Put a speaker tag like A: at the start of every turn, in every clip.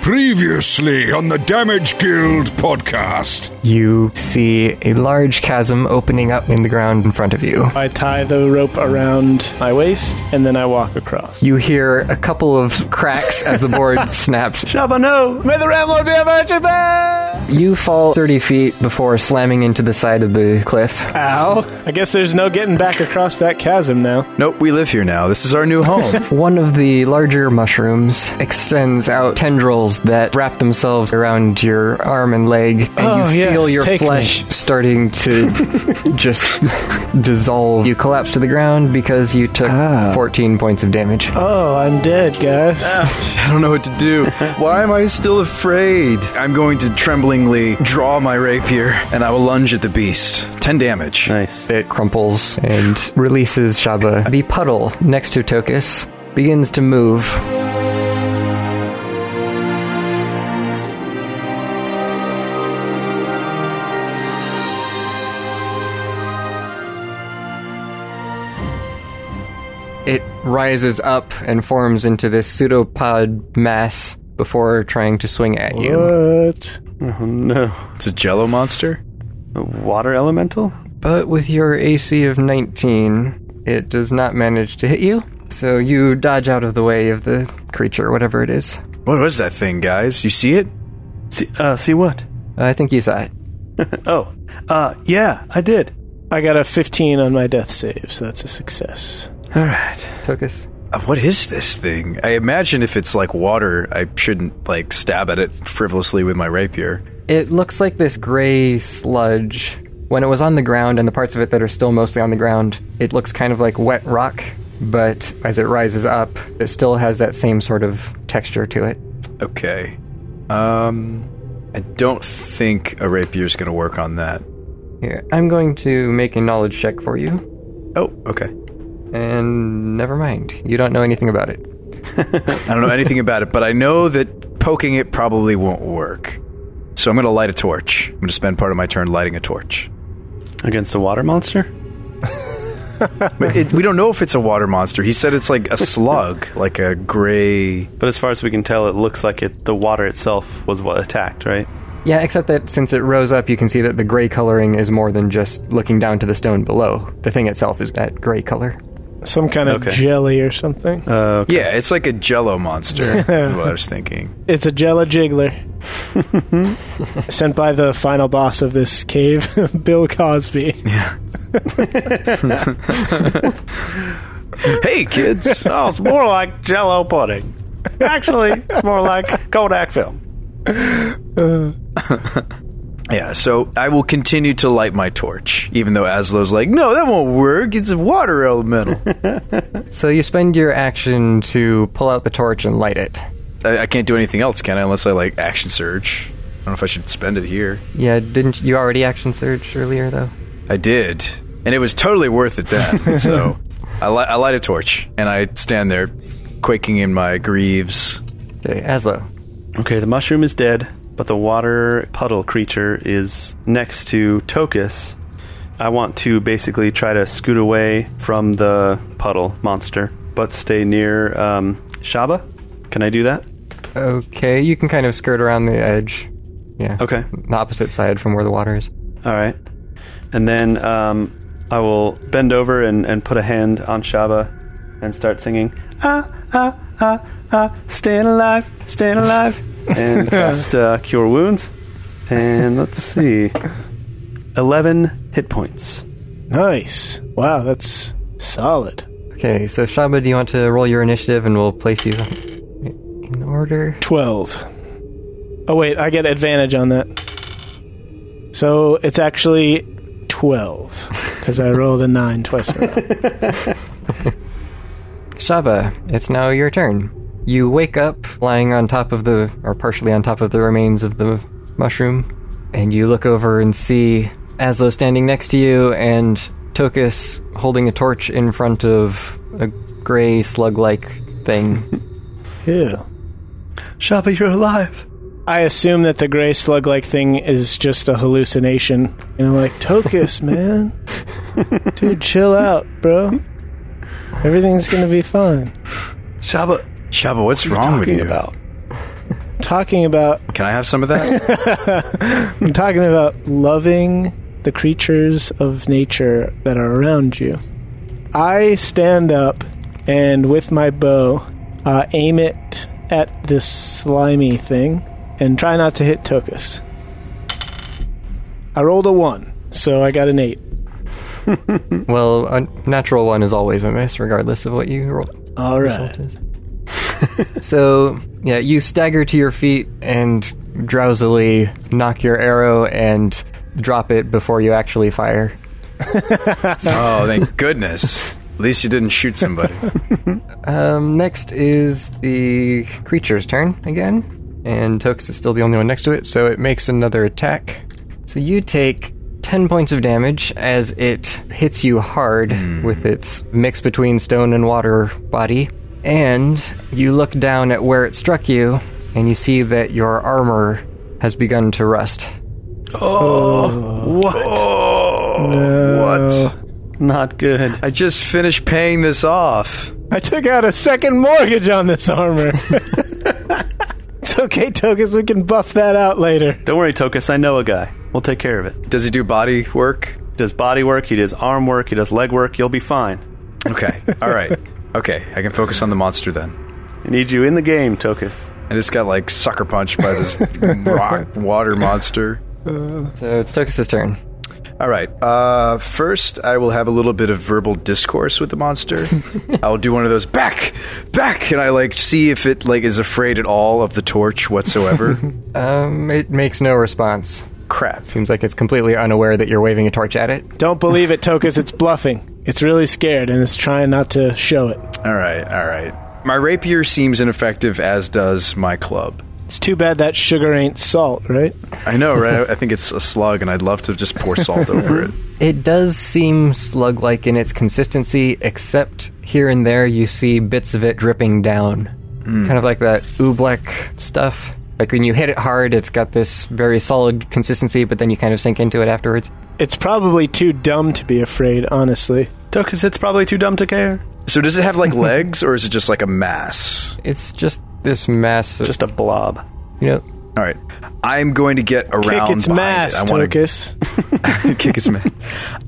A: Previously on the Damage Guild podcast.
B: You see a large chasm opening up in the ground in front of you.
C: I tie the rope around my waist and then I walk across.
B: You hear a couple of cracks as the board snaps.
C: Shabba, no! May the Ram Lord be of our Japan!
B: You fall 30 feet before slamming into the side of the cliff.
C: Ow. I guess there's no getting back across that chasm now.
D: Nope, we live here now. This is our new home.
B: One of the larger mushrooms extends out tendrils that wrap themselves around your arm and leg, and
C: Oh,
B: you
C: yes,
B: feel your
C: take
B: flesh starting to just dissolve. You collapse to the ground because you took
C: Ah.
B: 14 points of damage.
C: Oh, I'm dead, guys.
D: I don't know what to do. Why am I still afraid? I'm going to tremblingly draw my rapier and I will lunge at the beast. 10 damage.
E: Nice.
B: It crumples and releases Shaba. The puddle next to Tokus begins to move. It rises up and forms into this pseudopod mass before trying to swing at you.
C: What?
E: Oh no.
D: It's a jello monster?
E: A water elemental?
B: But with your AC of 19, it does not manage to hit you. So you dodge out of the way of the creature, whatever it is.
D: What was that thing, guys? You see it?
E: See, uh, see what?
B: I think you saw it.
E: Oh, uh, yeah, I did.
C: I got a 15 on my death save, so that's a success.
E: All right.
B: Tokus.
D: Uh, What is this thing? I imagine if it's like water, I shouldn't like stab at it frivolously with my rapier.
B: It looks like this gray sludge. When it was on the ground and the parts of it that are still mostly on the ground, it looks kind of like wet rock, but as it rises up, it still has that same sort of texture to it.
D: Okay. Um I don't think a rapier's going to work on that.
B: Here, I'm going to make a knowledge check for you,
D: Oh, okay.
B: and never mind. You don't know anything about it.
D: I don't know anything about it, but I know that poking it probably won't work. So I'm going to light a torch. I'm going to spend part of my turn lighting a torch.
E: Against the water monster?
D: But it, we don't know if it's a water monster. He said it's like a slug, like a gray.
E: But as far as we can tell, it looks like it, the water itself was what attacked, right?
B: Yeah, except that since it rose up, you can see that the gray coloring is more than just looking down to the stone below. The thing itself is that gray color.
C: Some kind of
E: Okay.
C: jelly or something.
E: Uh,
D: Yeah, it's like a jello monster. is what I was thinking.
C: It's a Jella Jiggler. Sent by the final boss of this cave, Bill Cosby.
D: Hey, kids!
E: oh, it's more like jello pudding. Actually, it's more like Kodak film.
D: Yeah, so I will continue to light my torch, even though Aslo's like, no, that won't work. It's a water elemental.
B: So you spend your action to pull out the torch and light it.
D: I, I can't do anything else, can I? Unless I like action surge. I don't know if I should spend it here.
B: Yeah, didn't you already action surge earlier though?
D: I did, and it was totally worth it then. so I, li- I light a torch and I stand there, quaking in my greaves.
B: Okay, Aslo.
E: Okay, the mushroom is dead, but the water puddle creature is next to Tokus. I want to basically try to scoot away from the puddle monster, but stay near um, Shaba. Can I do that?
B: Okay, you can kind of skirt around the edge. Yeah.
E: Okay.
B: The opposite side from where the water is.
E: All right. And then um, I will bend over and, and put a hand on Shaba and start singing, ah, ah, ah, ah, staying alive, staying alive, and cast uh, Cure Wounds. And let's see. 11 hit points.
C: Nice. Wow, that's solid.
B: Okay, so Shaba, do you want to roll your initiative and we'll place you in order?
C: 12. Oh, wait, I get advantage on that. So it's actually 12, because I rolled a 9 twice in a row.
B: Shaba, it's now your turn. You wake up lying on top of the, or partially on top of the remains of the mushroom, and you look over and see Aslo standing next to you and Tokus holding a torch in front of a gray slug like thing.
C: Ew.
E: Shaba, you're alive.
C: I assume that the gray slug like thing is just a hallucination. And I'm like, Tokus, man. Dude, chill out, bro. Everything's going to be fine.
E: Shaba,
D: Shaba, what's
E: what are you
D: wrong with
E: talking
D: you?
E: about?
C: talking about
D: Can I have some of that?
C: I'm talking about loving the creatures of nature that are around you. I stand up and with my bow, uh, aim it at this slimy thing and try not to hit Tokus. I rolled a one, so I got an eight.
B: Well, a natural one is always a miss, regardless of what you roll.
C: All right.
B: So, yeah, you stagger to your feet and drowsily knock your arrow and drop it before you actually fire.
D: oh, thank goodness. At least you didn't shoot somebody.
B: Um, next is the creature's turn again, and Tox is still the only one next to it, so it makes another attack. So you take 10 points of damage as it hits you hard with its mix between stone and water body, and you look down at where it struck you, and you see that your armor has begun to rust.
D: What? What?
E: Not good.
D: I just finished paying this off.
C: I took out a second mortgage on this armor. it's okay, Tokus. We can buff that out later.
E: Don't worry, Tokus. I know a guy. We'll take care of it.
D: Does he do body work?
E: He does body work. He does arm work. He does leg work. You'll be fine.
D: Okay. All right. Okay. I can focus on the monster then.
E: I need you in the game, Tokus.
D: I just got like sucker punched by this rock water monster.
B: So it's Tokus' turn.
D: All right. Uh, first, I will have a little bit of verbal discourse with the monster. I'll do one of those back, back, and I like see if it like is afraid at all of the torch whatsoever.
B: Um, it makes no response.
D: Crap.
B: Seems like it's completely unaware that you're waving a torch at it.
C: Don't believe it, Tokus. It's bluffing. It's really scared and it's trying not to show it.
D: All right. All right. My rapier seems ineffective, as does my club.
C: It's too bad that sugar ain't salt, right?
D: I know, right? I think it's a slug, and I'd love to just pour salt over it.
B: It does seem slug like in its consistency, except here and there you see bits of it dripping down. Kind of like that oobleck stuff. Like when you hit it hard, it's got this very solid consistency, but then you kind of sink into it afterwards.
C: It's probably too dumb to be afraid, honestly.
E: Tokus, it's probably too dumb to care.
D: So, does it have like legs, or is it just like a mass?
B: It's just this mass of,
E: Just a blob.
B: you know,
D: All right. I'm going to get around.
C: Kick its
D: behind
C: mass,
D: it. I wanna-
C: Tokus.
D: kick its man.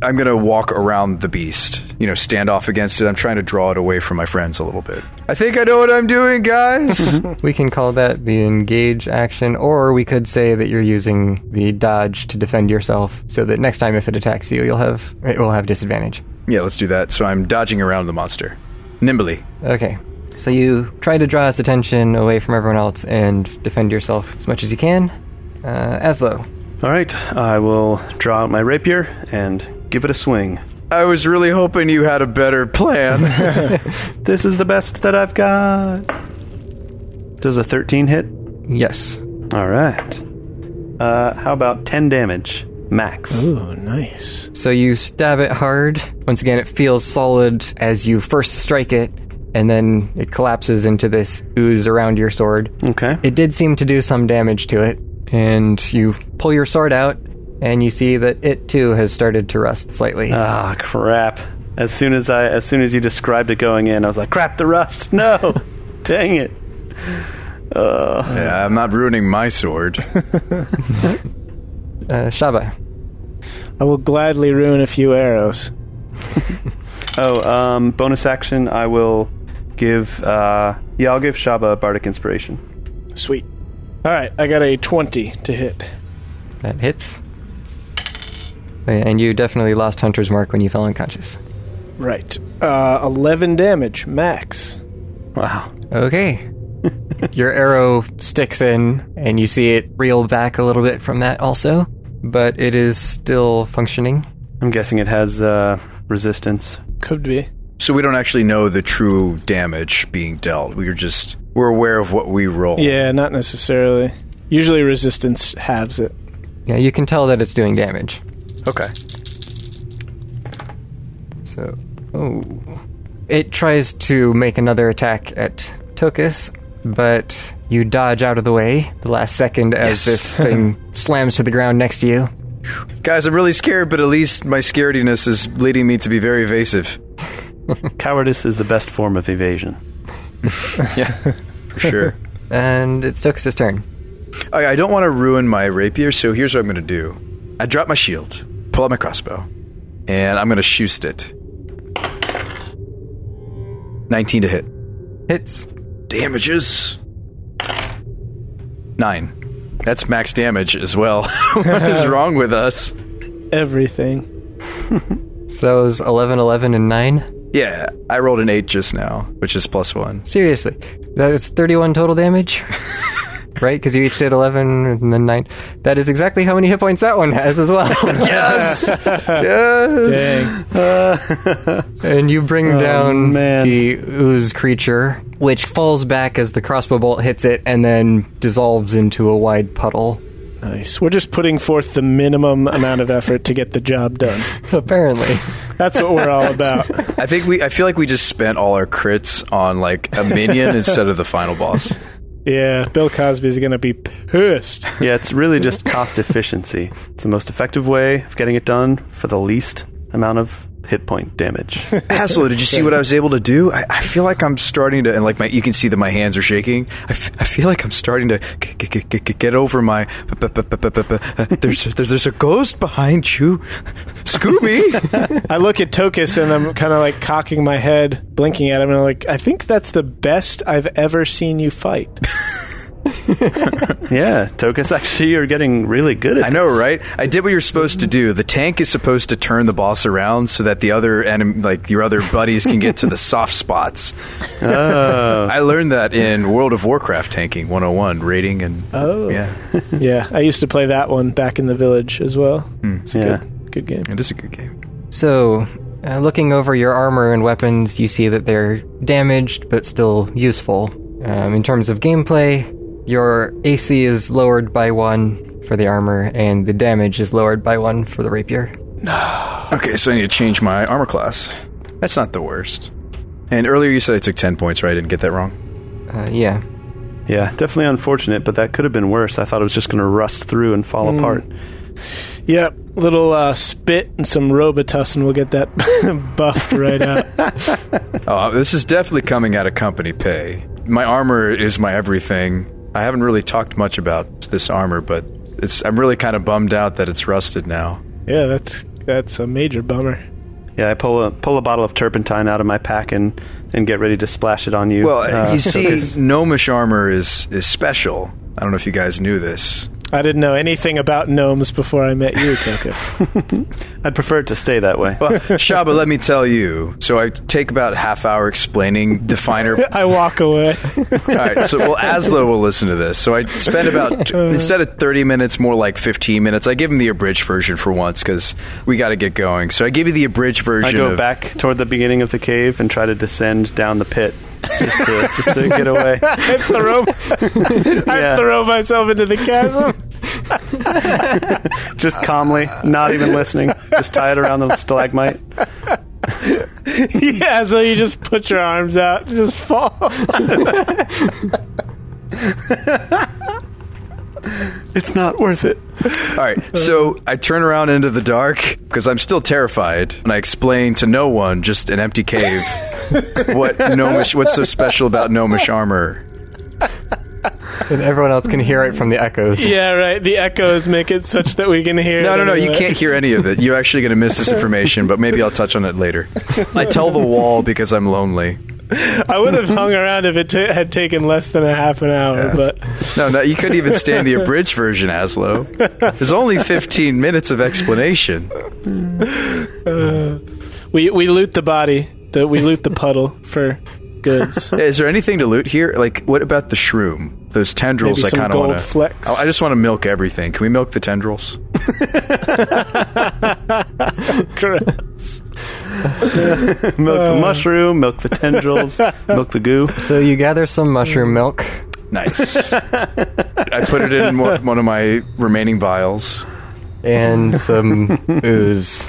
D: I'm gonna walk around the beast. You know, stand off against it. I'm trying to draw it away from my friends a little bit. I think I know what I'm doing, guys.
B: we can call that the engage action, or we could say that you're using the dodge to defend yourself, so that next time if it attacks you, you'll have, it will have disadvantage.
D: yeah, let's do that. So I'm dodging around the monster nimbly.
B: Okay. So you try to draw its attention away from everyone else and defend yourself as much as you can. Uh, Aslo.
E: All right, I will draw out my rapier and give it a swing.
D: I was really hoping you had a better plan.
E: This is the best that I've got. Does a 13 hit?
B: Yes.
E: All right. Uh, how about 10 damage max?
C: Ooh, Oh, nice.
B: So you stab it hard. Once again, it feels solid as you first strike it, and then it collapses into this ooze around your sword.
E: Okay.
B: It did seem to do some damage to it, and you pull your sword out, and you see that it too has started to rust slightly.
E: Ah, crap. As soon as I, as soon as you described it going in, I was like, crap, the rust. No, dang it. Uh,
D: yeah, I'm not ruining my sword.
B: Uh, Shaba.
C: I will gladly ruin a few arrows.
E: oh, um, bonus action. I will give. Uh, yeah, I'll give Shaba a bardic inspiration.
C: Sweet. All right, I got a 20 to hit.
B: That hits. And you definitely lost Hunter's Mark when you fell unconscious.
C: Right. Uh, 11 damage, max.
E: Wow.
B: Okay. Your arrow sticks in, and you see it reel back a little bit from that also, but it is still functioning.
E: I'm guessing it has uh, resistance.
C: Could be.
D: So we don't actually know the true damage being dealt. We are just we're aware of what we roll.
C: Yeah, not necessarily. Usually resistance halves it.
B: Yeah, you can tell that it's doing damage.
D: Okay.
B: So, oh. It tries to make another attack at Tokus, but you dodge out of the way the last second as
D: Yes.
B: this thing slams to the ground next to you.
D: Guys, I'm really scared, but at least my scarediness is leading me to be very evasive.
E: Cowardice is the best form of evasion.
D: Yeah, for sure.
B: and it's Tokus' turn.
D: Okay, I don't want to ruin my rapier, so here's what I'm going to do. I drop my shield, pull out my crossbow, and I'm going to shoot it. 19 to hit.
B: Hits.
D: Damages. Nine. That's max damage as well. what is wrong with us?
C: Everything.
B: So that was 11, 11, and 9.
D: Yeah, I rolled an eight just now, which is plus one.
B: Seriously. That is 31 total damage? right? Because you each did 11 and then 9. That is exactly how many hit points that one has as well.
D: Yes! yes!
C: Dang.
B: And you bring down
E: man.
B: the ooze creature, which falls back as the crossbow bolt hits it and then dissolves into a wide puddle.
C: Nice. We're just putting forth the minimum amount of effort to get the job done.
B: Apparently.
C: That's what we're all about.
D: I think we. I feel like we just spent all our crits on like a minion instead of the final boss.
C: Yeah, Bill Cosby's going to be pissed.
E: Yeah, it's really just cost efficiency. It's the most effective way of getting it done for the least amount of hit point damage.
D: Hassler, did you see what I was able to do? I, I feel like I'm starting to, and like my, you can see that my hands are shaking. I, f- I feel like I'm starting to g- g- g- g- get over my. b- b- b- b- b- b- uh, There's there's there's a ghost behind you, Scooby.
C: I look at Tokus and I'm kind of like cocking my head, blinking at him, and I'm like, I think that's the best I've ever seen you fight.
E: yeah, Tokus, actually, you're getting really good at
D: I know,
E: this.
D: right? I did what you're supposed to do. The tank is supposed to turn the boss around so that the other enemy, like your other buddies, can get to the soft spots. I learned that in World of Warcraft tanking 101 rating and
C: Oh.
D: yeah,
C: Yeah, I used to play that one back in the village as well. It's a
E: Yeah.
C: good, good game.
D: it is a good game.
B: So, uh, looking over your armor and weapons, you see that they're damaged but still useful. Um, in terms of gameplay, your AC is lowered by one for the armor, and the damage is lowered by one for the rapier.
D: Okay, so I need to change my armor class. That's not the worst. And earlier you said I took 10 points, right? I didn't get that wrong.
B: Uh, yeah.
E: Yeah, definitely unfortunate, but that could have been worse. I thought it was just going to rust through and fall apart.
C: Yep, little uh, spit and some Robitussin will get that buffed right out.
D: Oh, this is definitely coming out of company pay. My armor is my everything. I haven't really talked much about this armor, but it's I'm really kind of bummed out that it's rusted now.
C: Yeah, that's that's a major bummer.
E: Yeah, I pull a pull a bottle of turpentine out of my pack and and get ready to splash it on you.
D: Well,
E: uh,
D: you see,
E: Tokus.
D: gnomish armor is is special. I don't know if you guys knew this.
C: I didn't know anything about gnomes before I met you, Tokus.
E: I'd prefer it to stay that way.
D: Well, Shaba, let me tell you. So I take about a half hour explaining the finer. All
C: I walk away.
D: right. So well, Aslo will listen to this. So I spend about instead of thirty minutes, more like fifteen minutes. I give him the abridged version for once because we got to get going. So I give you the abridged version.
E: I go
D: of-
E: back toward the beginning of the cave and try to descend down the pit just to, just to get away.
C: I throw, I
E: Yeah.
C: throw myself into the chasm.
E: Just calmly, not even listening. Just tie it around the stalagmite.
C: yeah, so you just put your arms out, and just fall.
E: It's not worth it.
D: All right. So I turn around into the dark because I'm still terrified, and I explain to no one, just an empty cave, what gnomish, what's so special about gnomish armor.
B: And everyone else can hear it from the echoes.
C: yeah, right. The echoes make it such that we can hear.
D: No,
C: it
D: no, no. You
C: anyway.
D: can't hear any of it. You're actually going to miss this information, but maybe I'll touch on it later. I tell the wall because I'm lonely.
C: I would have hung around if it ta had taken less than a half an hour,
D: Yeah.
C: but
D: No, no. You couldn't even stand the abridged version, Aslo. There's only 15 minutes of explanation.
C: we we loot the body. The, we loot the puddle for goods.
D: Is there anything to loot here? Like, what about the shroom? Those tendrils,
C: Maybe
D: I
C: some
D: kind of want
C: gold flecks.
D: to. I I just want to milk everything. Can we milk the tendrils?
C: Gross. Uh.
E: Milk the mushroom, milk the tendrils, milk the goo.
B: So you gather some mushroom milk.
D: Nice. I put it in one one of my remaining vials.
B: and some ooze.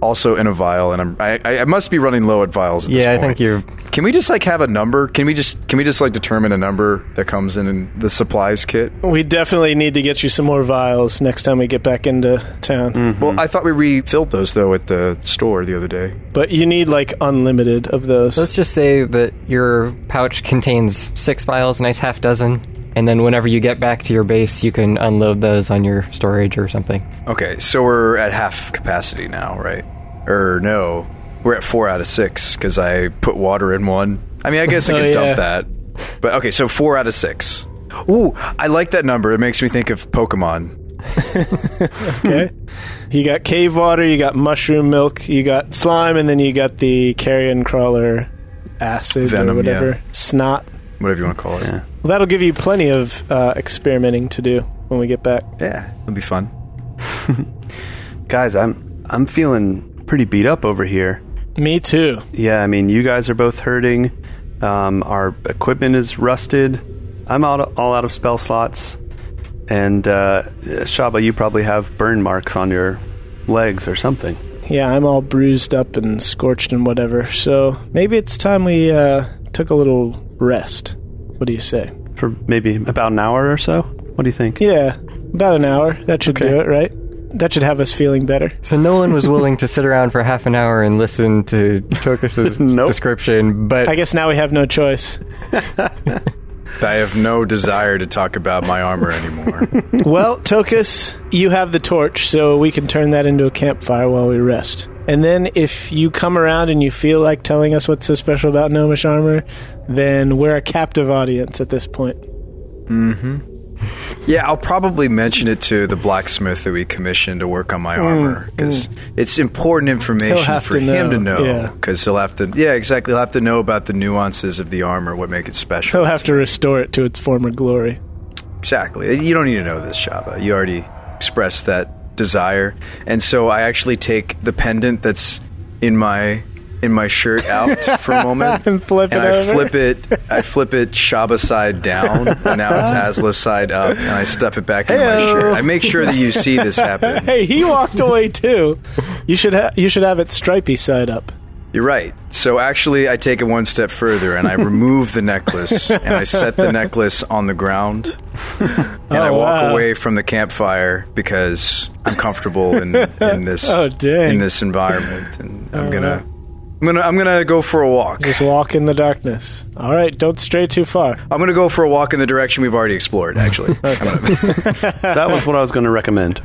D: also in a vial, and I'm I, I- I must be running low at vials. At this
B: Yeah, I
D: point.
B: think you're.
D: Can we just like have a number? Can we just can we just like determine a number that comes in, in the supplies kit?
C: We definitely need to get you some more vials next time we get back into town.
D: Well, I thought we refilled those though at the store the other day.
C: But you need like unlimited of those.
B: Let's just say that your pouch contains six vials, a nice half dozen, and then whenever you get back to your base, you can unload those on your storage or something.
D: Okay, so we're at half capacity now, right? Or no, we're at four out of six because I put water in one. I mean, I guess I
C: Oh,
D: can
C: yeah.
D: dump that. But okay, so four out of six. Ooh, I like that number. It makes me think of Pokemon.
C: Okay. you got cave water, you got mushroom milk, you got slime, and then you got the carrion crawler acid or
D: Venom,
C: whatever.
D: yeah.
C: Snot.
D: Whatever you want to call it. Yeah,
C: Well, that'll give you plenty of uh, experimenting to do when we get back.
D: it'll be fun.
E: Guys, I'm I'm feeling pretty beat up over here.
C: Me too.
E: Yeah, I mean, you guys are both hurting. Um, our equipment is rusted. I'm out all out of spell slots, and uh, Shaba, you probably have burn marks on your legs or something.
C: Yeah, I'm all bruised up and scorched and whatever. So maybe it's time we uh, took a little rest. What do you say?
E: for maybe about an hour or so. What do you think?
C: Yeah, about an hour. That should
E: Okay.
C: do it, right? That should have us feeling better.
B: So no one was willing to sit around for half an hour and listen to Tokus's
E: Nope.
B: description, but
C: I guess now we have no choice.
D: I have no desire to talk about my armor anymore.
C: Well, Tokus, you have the torch, so we can turn that into a campfire while we rest. And then if you come around and you feel like telling us what's so special about Gnomish armor, then we're a captive audience at this point.
D: Yeah, I'll probably mention it to the blacksmith that we commissioned to work on my armor because it's important
C: Mm, He'll
D: information
C: have
D: for
C: to
D: him to
C: know, yeah.
D: know because he'll have to. Yeah, exactly. He'll have to know about the nuances of the armor, what make it special.
C: They'll have to restore it to its former glory.
D: Exactly. You don't need to know this, Shaba. You already expressed that desire, and so I actually take the pendant that's in my in my shirt out for a moment
C: And flip it
D: I
C: over.
D: flip it. I flip it Shaba side down, and now it's Asla side up, and I stuff it back in my
C: Heyo.
D: shirt. I make sure that you see this happen.
C: Hey, he walked away too. You should ha- you should have it stripy side up.
D: You're right. So actually, I take it one step further and I remove the necklace and I set the necklace on the ground and I
C: Oh,
D: walk
C: wow.
D: away from the campfire because I'm comfortable in, in this
C: Oh, dang.
D: in this environment and I'm gonna I'm gonna I'm gonna go for a walk.
C: Just walk in the darkness. All right, don't stray too far.
D: I'm gonna go for a walk in the direction we've already explored. Actually, I'm, gonna,
E: That was what I was going to recommend.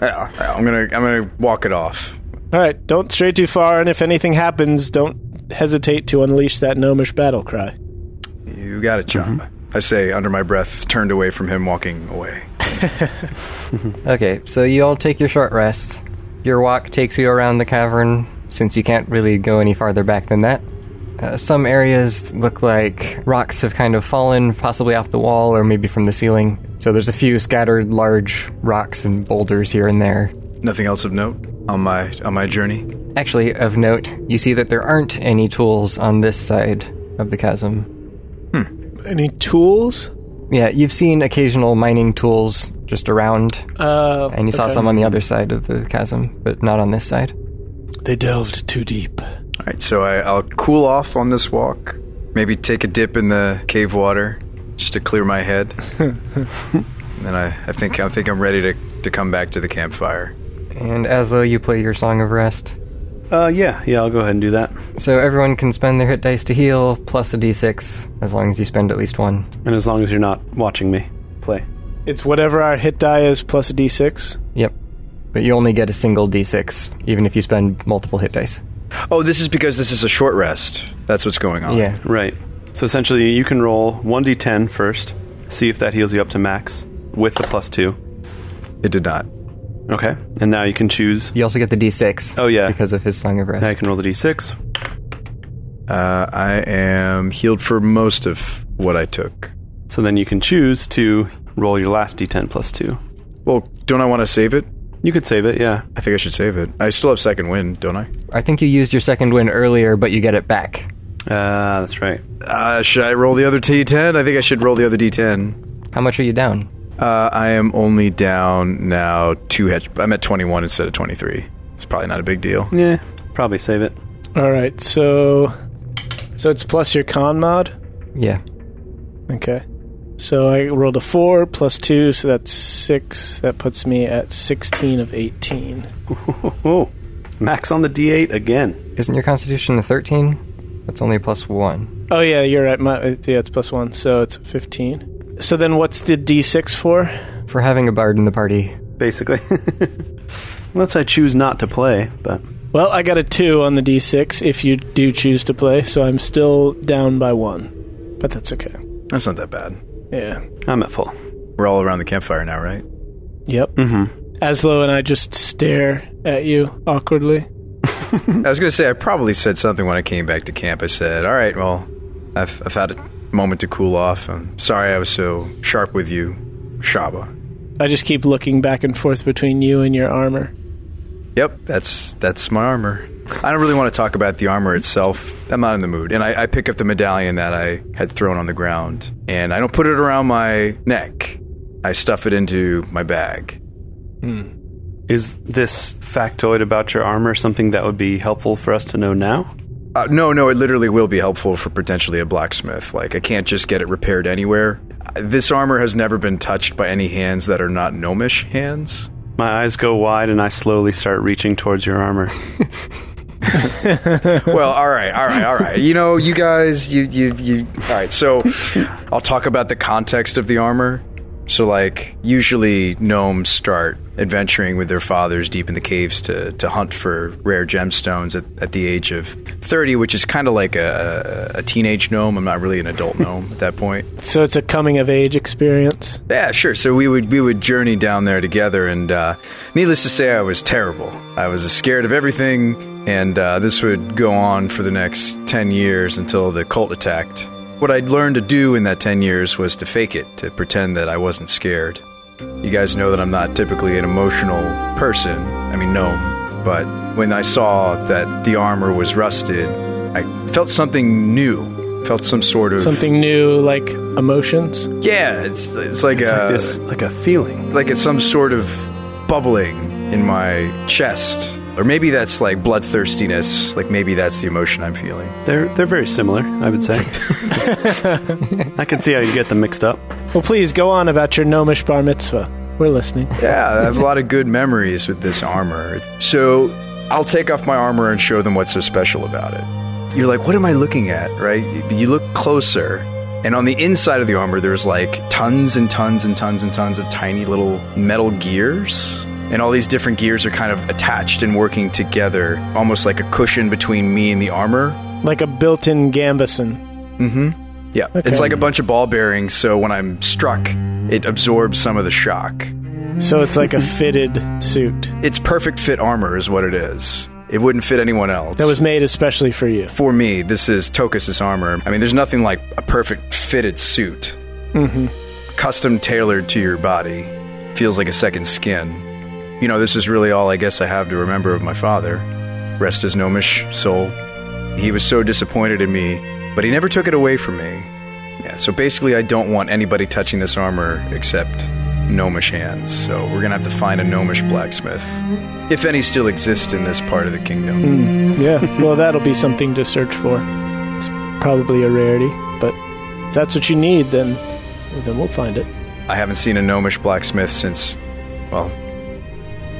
D: Yeah, I'm gonna I'm gonna walk it off.
C: All right, don't stray too far, and if anything happens, don't hesitate to unleash that gnomish battle cry.
D: You got it, John.
C: Mm-hmm.
D: I say under my breath, turned away from him, walking away.
B: Okay, so you all take your short rest. Your walk takes you around the cavern, since you can't really go any farther back than that. Uh, some areas look like rocks have kind of fallen, possibly off the wall or maybe from the ceiling. So there's a few scattered large rocks and boulders here and there.
D: Nothing else of note on my on my journey.
B: Actually, of note, you see that there aren't any tools on this side of the chasm.
C: Any tools?
B: Yeah, you've seen occasional mining tools just around,
C: Uh,
B: and you saw
C: okay.
B: some on the other side of the chasm, but not on this side.
C: They delved too deep.
D: All right, so I, I'll cool off on this walk. Maybe take a dip in the cave water just to clear my head. and then I, I think I think I'm ready to, to come back to the campfire.
B: And as though you play your Song of Rest.
E: Uh, yeah, yeah, I'll go ahead and do that.
B: So everyone can spend their hit dice to heal, plus a d6, as long as you spend at least one.
E: And as long as you're not watching me play.
C: It's whatever our hit die is plus a d6.
B: Yep. But you only get a single d6, even if you spend multiple hit dice.
D: Oh, this is because this is a short rest. That's what's going
E: Oh.
D: on.
B: Yeah.
E: Right. So essentially, you can roll 1d10 first, see if that heals you up to max with the plus 2.
D: It did not.
E: Okay. And now you can choose.
B: You also get the d6.
E: Oh, yeah.
B: Because of his Song of Rest.
E: Now you can roll the d6.
D: Uh, I am healed for most of what I took.
E: So then you can choose to roll your last d10 plus 2.
D: Well, don't I want to save it?
E: You could save it, yeah.
D: I think I should save it. I still have second wind, don't I?
B: I think you used your second win earlier, but you get it back.
E: Uh, that's right.
D: Uh, should I roll the other D10? I think I should roll the other D10.
B: How much are you down?
D: Uh, I am only down now two. Head- I'm at 21 instead of 23. It's probably not a big deal.
E: Yeah, probably save it.
C: All right, so so it's plus your con mod.
B: Yeah.
C: Okay, so I rolled a four plus two, so that's six. That puts me at sixteen of eighteen.
E: Oh, max on the D8 again.
B: Isn't your constitution a 13? That's only a plus 1.
C: Oh yeah, you're right. My, yeah, it's plus one, so it's fifteen. So then, what's the D6 for?
B: For having a bard in the party.
E: Basically, unless I choose not to play, but
C: Well, I got a two on the D6 if you do choose to play, so I'm still down by one, but that's okay.
D: That's not that bad.
C: Yeah.
E: I'm at full.
D: We're all around the campfire now, right?
C: Yep. Mm-hmm. Aslo and I just stare at you awkwardly.
D: I was going to say, I probably said something when I came back to camp. I said, all right, well, I've, I've had a moment to cool off. I'm sorry I was so sharp with you, Shaba.
C: I just keep looking back and forth between you and your armor.
D: Yep, that's that's my armor. I don't really want to talk about the armor itself. I'm not in the mood. And I, I pick up the medallion that I had thrown on the ground, and I don't put it around my neck. I stuff it into my bag.
E: Is this factoid about your armor something that would be helpful for us to know now?
D: Uh, no, no, it literally will be helpful for potentially a blacksmith. Like, I can't just get it repaired anywhere. Uh, This armor has never been touched by any hands that are not gnomish hands.
E: My eyes go wide and I slowly start reaching towards your armor.
D: well, all right, all right, all right. You know, you guys, you, you, you. All right, so I'll talk about the context of the armor. So, like, usually gnomes start adventuring with their fathers deep in the caves to, to hunt for rare gemstones at, at the age of 30, which is kind of like a, a teenage gnome. I'm not really an adult gnome at that point.
C: So it's a coming of age experience.
D: Yeah, sure. So we would we would journey down there together, and uh, needless to say, I was terrible. I was scared of everything, and uh, this would go on for the next ten years until the cult attacked. What I'd learned to do in that ten years was to fake it, to pretend that I wasn't scared. You guys know that I'm not typically an emotional person. I mean, no. But when I saw that the armor was rusted, I felt something new. Felt some sort of
C: Something new, like emotions.
D: Yeah, it's it's like
E: It's
D: a
E: like this, like a feeling.
D: like it's some sort of bubbling in my chest. Or maybe that's like bloodthirstiness. Like maybe that's the emotion I'm feeling.
E: They're they're very similar, I would say. I can see how you get them mixed up.
C: Well, please go on about your gnomish bar mitzvah. We're listening.
D: Yeah, I have a lot of good memories with this armor. So I'll take off my armor and show them what's so special about it. You're like, what am I looking at, right? You look closer, and on the inside of the armor, there's like tons and tons and tons and tons of tiny little metal gears. And all these different gears are kind of attached and working together, almost like a cushion between me and the armor.
C: Like a built in gambeson.
D: Yeah, it's like a bunch of ball bearings, so when I'm struck, it absorbs some of the shock.
C: So it's like a fitted suit
D: It's perfect fit armor, is what it is. It wouldn't fit anyone else.
C: that was made especially for you.
D: for me. This is Tokus's armor. I mean, there's nothing like a perfect fitted suit, custom tailored to your body. Feels like a second skin. You know, this is really all I guess I have to remember of my father. Rest his gnomish soul. He was so disappointed in me, but he never took it away from me. Yeah, so basically, I don't want anybody touching this armor except gnomish hands. So we're gonna have to find a gnomish blacksmith, if any still exist in this part of the kingdom.
C: Yeah, well, that'll be something to search for. It's probably a rarity, but if that's what you need, then then we'll find it.
D: I haven't seen a gnomish blacksmith since, well,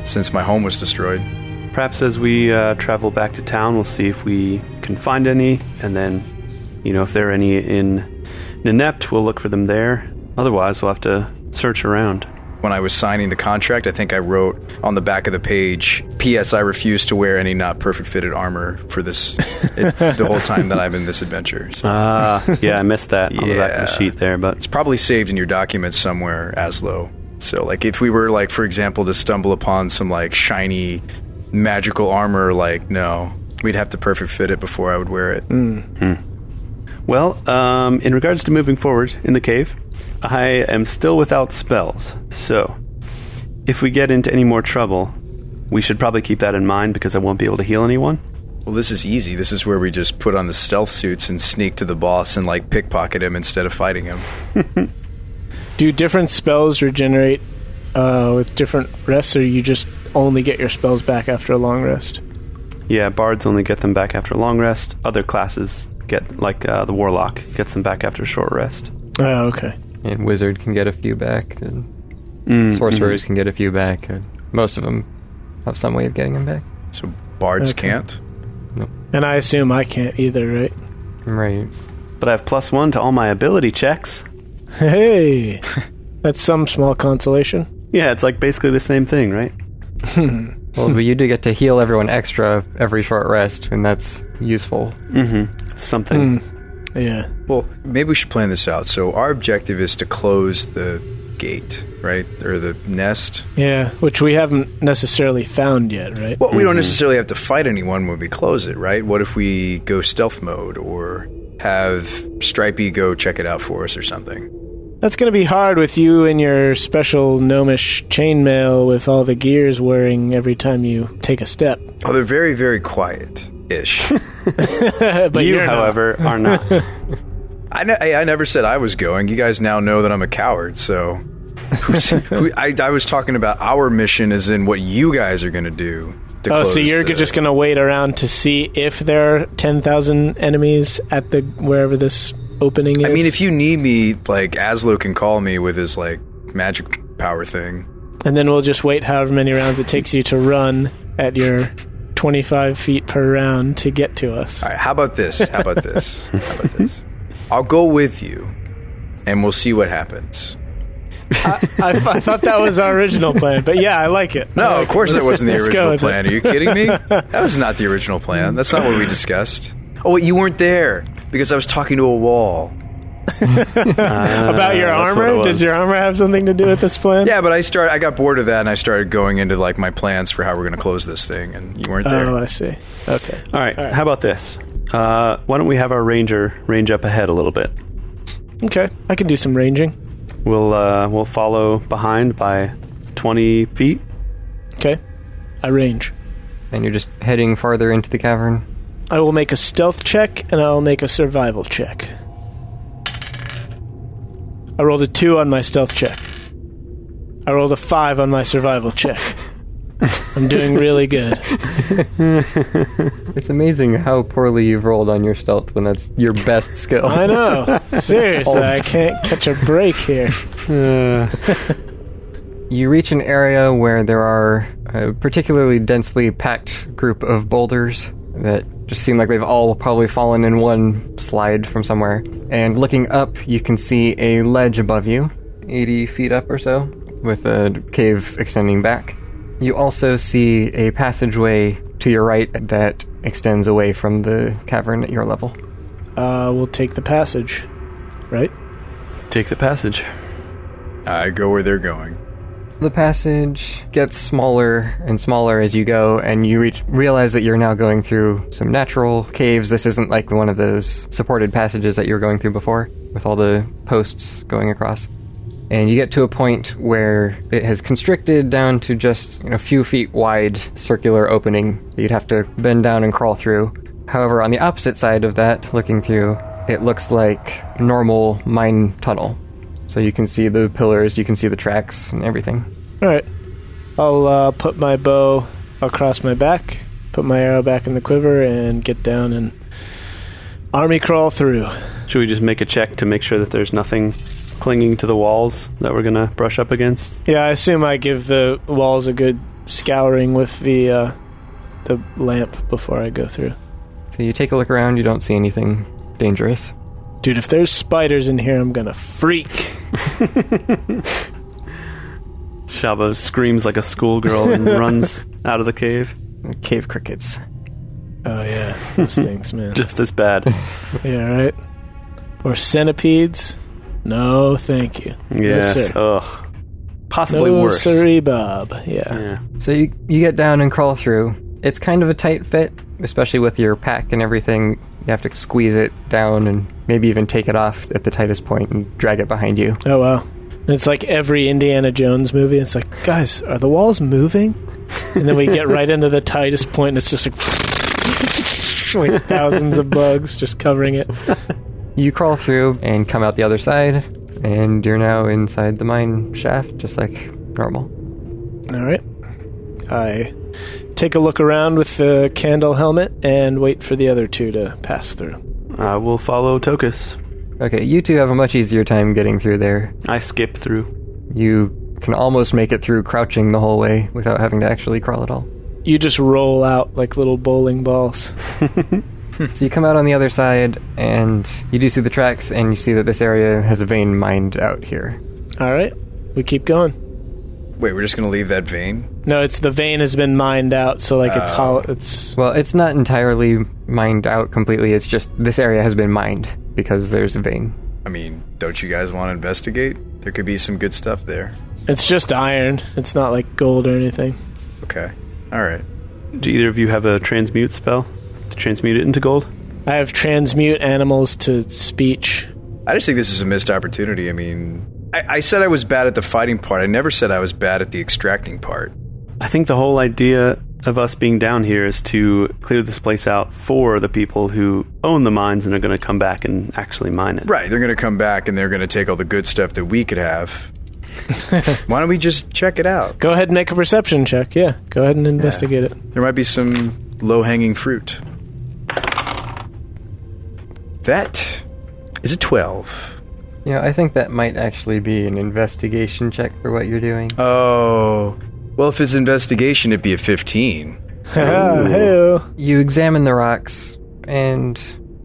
D: since my home was destroyed.
E: Perhaps as we uh, travel back to town, we'll see if we can find any, and then, you know, if there are any in Ninept, we'll look for them there. Otherwise, we'll have to search around.
D: When I was signing the contract, I think I wrote on the back of the page, P.S. I refuse to wear any not perfect fitted armor for this, it, the whole time that I'm in this adventure. So
E: Ah, yeah, I missed that on the back of the
D: Yeah.
E: sheet there, but
D: it's probably saved in your documents somewhere, Aslo. So, like, if we were, like, for example, to stumble upon some, like, shiny magical armor, like, no, we'd have to perfect fit it before I would wear it.
E: Well, um, in regards to moving forward in the cave, I am still without spells. So, if we get into any more trouble, we should probably keep that in mind because I won't be able to heal anyone.
D: Well, this is easy. This is where we just put on the stealth suits and sneak to the boss and like pickpocket him instead of fighting him.
C: Do different spells regenerate uh, with different rests, or you just only get your spells back after a long rest?
E: Yeah, bards only get them back after long rest. Other classes get, like uh, the warlock, gets them back after short rest.
C: Oh, okay.
B: And wizard can get a few back, and sorcerers can get a few back. And most of them have some way of getting them back.
D: So bards
C: Okay.
D: can't.
C: And I assume I can't either, right?
B: Right.
E: But I have plus one to all my ability checks.
C: Hey, that's some small consolation.
E: Yeah, it's like basically the same thing, right?
B: Well, but you do get to heal everyone extra every short rest, and that's useful.
E: Something.
C: Hmm. Yeah.
D: Well, maybe we should plan this out. So our objective is to close the gate, right, or the nest.
C: Yeah, which we haven't necessarily found yet, right?
D: Well, we don't necessarily have to fight anyone when we close it, right? What if we go stealth mode or have Stripey go check it out for us or something?
C: That's going to be hard with you and your special gnomish chainmail with all the gears whirring every time you take a step.
D: Oh, they're very, very quiet ish.
C: Uh, but
E: You,
C: you're not.
E: however, are not.
D: I, ne- I I never said I was going. You guys now know that I'm a coward, so. Who's- who- I, I was talking about our mission as in what you guys are going to do. To
C: Oh,
D: close
C: so you're
D: the-
C: just going to wait around to see if there are 10,000 enemies at the wherever this opening is?
D: I mean, if you need me, like Aslo can call me with his like magic power thing.
C: and then we'll just wait however many rounds it takes you to run at your 25 feet per round to get to us.
D: All right, how about this? How about this? How about this? I'll go with you, and we'll see what happens.
C: I, I thought that was our original plan, but yeah, I like it.
D: No, of course that wasn't the
C: Let's go
D: original
C: with it.
D: plan. Are you kidding me? That was not the original plan. That's not what we discussed. Oh wait, you weren't there because I was talking to a wall. Uh,
C: About your
E: Uh, that's what it
C: armor?
E: was.
C: Does your armor have something to do with this plan?
D: Yeah, but I start. I got bored of that, and I started going into like my plans for how we're going to close this thing, and you weren't there.
C: Oh, I see. Okay.
E: All right, How about this? Uh, why don't we have our ranger range up ahead a little bit?
C: Okay. I can do some ranging.
E: We'll uh, we'll follow behind by twenty feet.
C: Okay. I range.
B: And you're just heading farther into the cavern.
C: I will make a stealth check and I will make a survival check. I rolled a 2 on my stealth check. I rolled a 5 on my survival check. I'm doing really good.
B: It's amazing how poorly you've rolled on your stealth when that's your best skill.
C: I know. Seriously, I can't catch a break here.
B: You reach an area where there are a particularly densely packed group of boulders that just seem like they've all probably fallen in one slide from somewhere. And looking up, you can see a ledge above you, 80 feet up or so, with a cave extending back. You also see a passageway to your right that extends away from the cavern at your level.
C: Uh, we'll take the passage, right?
E: Take the passage.
D: I go where they're going.
B: The passage gets smaller and smaller as you go, and you reach, realize that you're now going through some natural caves. This isn't like one of those supported passages that you were going through before, with all the posts going across. And you get to a point where it has constricted down to just you know, a few feet wide circular opening that you'd have to bend down and crawl through. However, on the opposite side of that, looking through, it looks like normal mine tunnel. So you can see the pillars, you can see the tracks and everything.
C: All right. I'll uh, put my bow across my back, put my arrow back in the quiver, and get down and army crawl through.
E: Should we just make a check to make sure that there's nothing clinging to the walls that we're gonna brush up against?
C: Yeah, I assume I give the walls a good scouring with the uh, the lamp before I go through.
B: So you take a look around, you don't see anything dangerous.
C: Dude, if there's spiders in here, I'm gonna freak.
E: Shava screams like a schoolgirl and runs out of the cave.
B: Cave crickets.
C: Oh yeah, those things, man.
E: Just as bad.
C: Yeah, right. Or centipedes? No, thank you.
E: Yes.
C: sir.
E: Ugh. Possibly
C: No,
E: worse.
C: sorry, Bob. Yeah.
E: Yeah.
B: So you, you get down and crawl through. It's kind of a tight fit, especially with your pack and everything. You have to squeeze it down and maybe even take it off at the tightest point and drag it behind you.
C: Oh wow. And it's like every Indiana Jones movie. It's like, guys, are the walls moving? And then we get right into the tightest point, and it's just like, like thousands of bugs just covering it.
B: You crawl through and come out the other side, and you're now inside the mine shaft, just like normal.
C: All right. I take a look around with the candle helmet and wait for the other two to pass through.
E: I will follow Tokus.
B: Okay, you two have a much easier time getting through there.
E: I skip through.
B: You can almost make it through crouching the whole way without having to actually crawl at all.
C: You just roll out like little bowling balls.
B: So you come out on the other side, and you do see the tracks, and you see that this area has a vein mined out here.
C: All right. We keep going.
D: Wait, we're just gonna leave that vein?
C: No, it's the vein has been mined out, so like it's hollow. It's
B: Well, it's not entirely mined out completely, it's just this area has been mined because there's a vein.
D: I mean, don't you guys want to investigate? There could be some good stuff there.
C: it's just iron. It's not like gold or anything.
D: Okay. All right.
E: Do either of you have a transmute spell to transmute it into gold?
C: I have transmute animals to speech.
D: I just think this is a missed opportunity. I mean, I, I said I was bad at the fighting part. I never said I was bad at the extracting part.
E: I think the whole idea of us being down here is to clear this place out for the people who own the mines and are going to come back and actually mine it.
D: Right. They're gonna come back and they're gonna take all the good stuff that we could have. Why don't we just check it out?
C: Go ahead and make a perception check. Yeah, go ahead and investigate it.
D: There might be some low hanging fruit. That is a 12.
B: You know, I think that might actually be an investigation check for what you're doing.
D: Oh. Well, if it's investigation, it'd be a 15.
C: Ah, hey-o.
B: You examine the rocks, and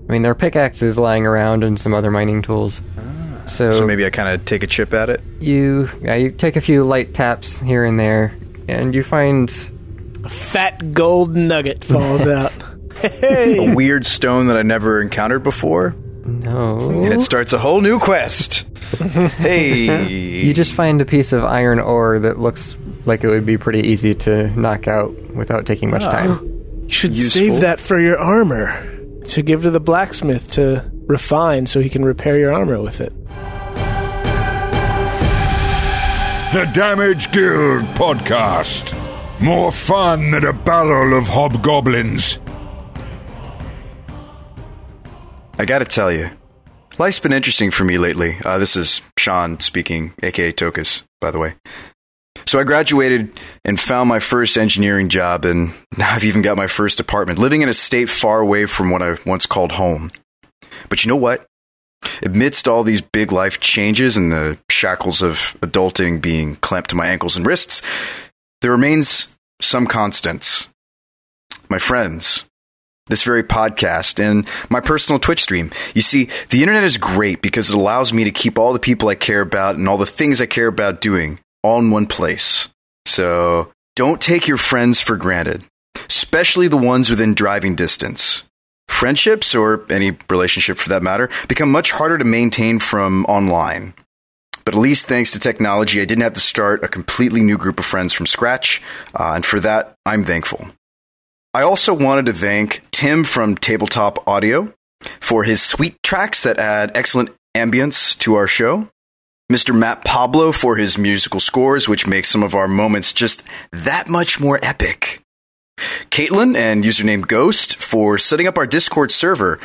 B: I mean, there are pickaxes lying around and some other mining tools. So,
D: Ah, So maybe I kind of take a chip at it.
B: you yeah, you take a few light taps here and there, and you find
C: Fat gold nugget falls out. Hey,
D: A weird stone that I never encountered before, and
B: no.
D: it starts a whole new quest. hey.
B: You just find a piece of iron ore that looks like it would be pretty easy to knock out without taking much time.
C: you should
D: Useful.
C: save that for your armor. To give to the blacksmith to refine so he can repair your armor with it.
A: The Damage Guild podcast. More fun than a barrel of hobgoblins.
D: I gotta tell you, life's been interesting for me lately. Uh, this is Sean speaking, aka Tokus, by the way. So I graduated and found my first engineering job, and now I've even got my first apartment, living in a state far away from what I once called home. But you know what? Amidst all these big life changes and the shackles of adulting being clamped to my ankles and wrists, there remains some constants. My friends, this very podcast and my personal Twitch stream. You see, the internet is great because it allows me to keep all the people I care about and all the things I care about doing all in one place. So don't take your friends for granted, especially the ones within driving distance. Friendships, or any relationship for that matter, become much harder to maintain from online. But at least thanks to technology, I didn't have to start a completely new group of friends from scratch, uh, and for that, I'm thankful. I also wanted to thank Tim from Tabletop Audio for his sweet tracks that add excellent ambience to our show. Mr. Matt Pablo for his musical scores, which make some of our moments just that much more epic. Caitlin and username Ghost for setting up our Discord server.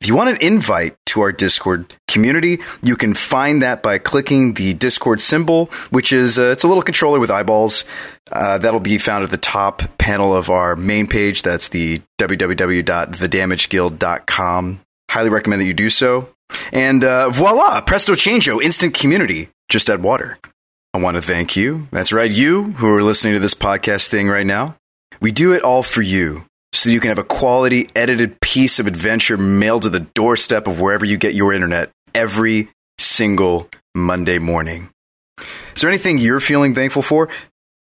D: If you want an invite to our Discord community, you can find that by clicking the Discord symbol, which is uh, it's a little controller with eyeballs. Uh, that'll be found at the top panel of our main page. That's the www.thedamageguild.com. Highly recommend that you do so. And uh, voila, presto changeo, instant community. Just add water. I want to thank you. That's right, you who are listening to this podcast thing right now. We do it all for you so that you can have a quality, edited piece of adventure mailed to the doorstep of wherever you get your internet every single Monday morning. Is there anything you're feeling thankful for?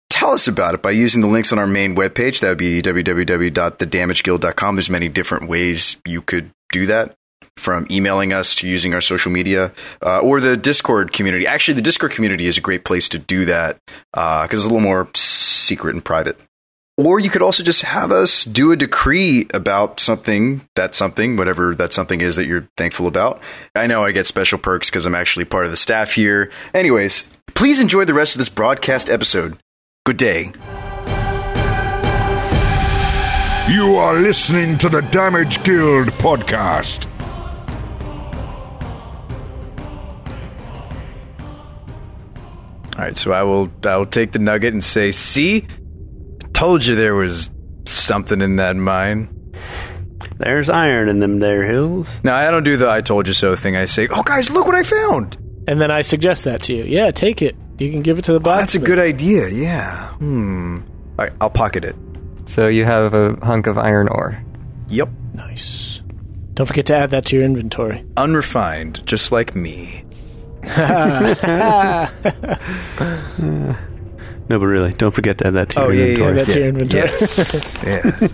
D: Tell us about it by using the links on our main webpage. That would be www.thedamageguild.com. There's many different ways you could do that from emailing us to using our social media uh, or the Discord community. Actually, the Discord community is a great place to do that because it's a little more secret and private. Or you could also just have us do a decree about something, that something, whatever that something is that you're thankful about. I know I get special perks because I'm actually part of the staff here. Anyways, please enjoy the rest of this broadcast episode. Good day.
A: You are listening to the Damage Guild podcast.
D: All right, so I will I will take the nugget and say, "See, told you there was something in that mine."
E: There's iron in them there hills.
D: Now I don't do the "I told you so" thing. I say, "Oh, guys, look what I found."
C: And then I suggest that to you. Yeah, take it. You can give it to the boss.
D: That's a good idea. Yeah. Hmm. All right, I'll pocket it.
B: So you have a hunk of iron ore.
D: Yep.
C: Nice. Don't forget to add that to your inventory.
D: Unrefined, just like me.
E: No, but really, don't forget to add that to
C: Oh,
E: your inventory.
C: yeah. that's your inventory.
D: Yes. yeah.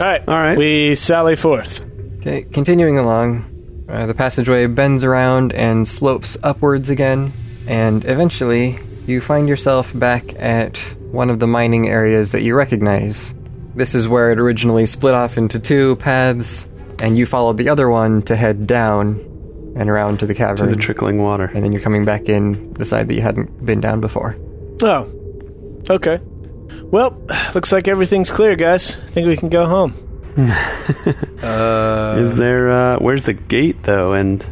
C: All right.
E: All right.
C: We sally forth.
B: Okay, continuing along, uh, the passageway bends around and slopes upwards again, and eventually you find yourself back at one of the mining areas that you recognize. This is where it originally split off into two paths, and you followed the other one to head down and around to the cavern.
E: The trickling water.
B: and then you're coming back in the side that you hadn't been down before.
C: Oh. Okay. Well, looks like everything's clear, guys. I think we can go home.
E: Is there? Uh, where's the gate though? And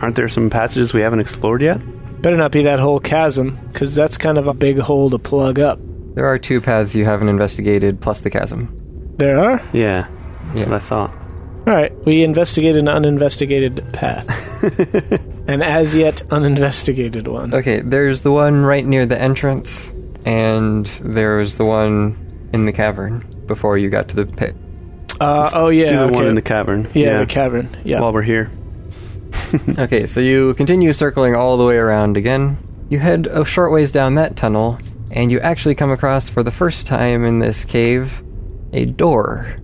E: aren't there some passages we haven't explored yet?
C: Better not be that whole chasm, because that's kind of a big hole to plug up.
B: There are two paths you haven't investigated, plus the chasm.
C: There are?
E: Yeah, that's
B: Yeah.
E: what I thought.
C: All right. We investigate an uninvestigated path. an as yet uninvestigated one.
B: Okay, there's the one right near the entrance, and there's the one in the cavern before you got to the pit.
C: Uh, oh, yeah.
E: Do the
C: okay.
E: one in the cavern.
C: yeah, the cavern. Yeah.
E: While we're here,
B: Okay, so you continue circling all the way around again. You head a short ways down that tunnel, and you actually come across for the first time in this cave a door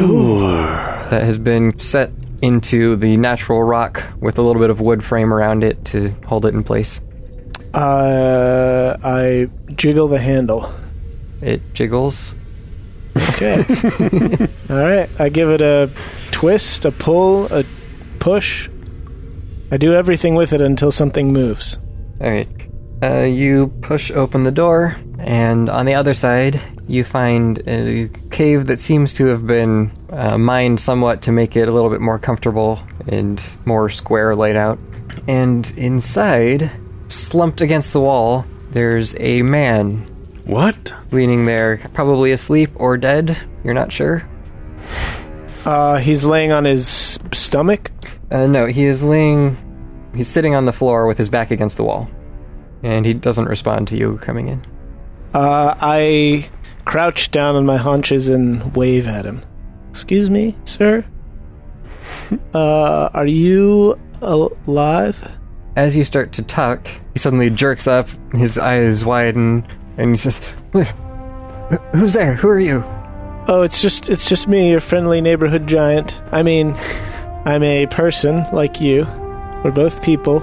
B: that has been set into the natural rock with a little bit of wood frame around it to hold it in place.
C: Uh, I jiggle the handle.
B: It jiggles.
C: Okay. All right. I give it a twist, a pull, a push. I do everything with it until something moves.
B: All right. Uh, you push open the door, and on the other side, you find a cave that seems to have been uh, mined somewhat to make it a little bit more comfortable and more square laid out. And inside, slumped against the wall, there's a man
E: what?
B: leaning there, probably asleep or dead. You're not sure.
C: Uh, he's laying on his stomach.
B: Uh, no, he is laying. He's sitting on the floor with his back against the wall, and he doesn't respond to you coming in.
C: Uh, I crouch down on my haunches and wave at him. Excuse me, sir. Uh, are you alive?
B: As you start to talk, he suddenly jerks up, his eyes widen, and he says, "Wh- wh- "Who's there? Who are you?"
C: Oh, it's just it's just me, your friendly neighborhood giant. I mean, I'm a person like you. We're both people.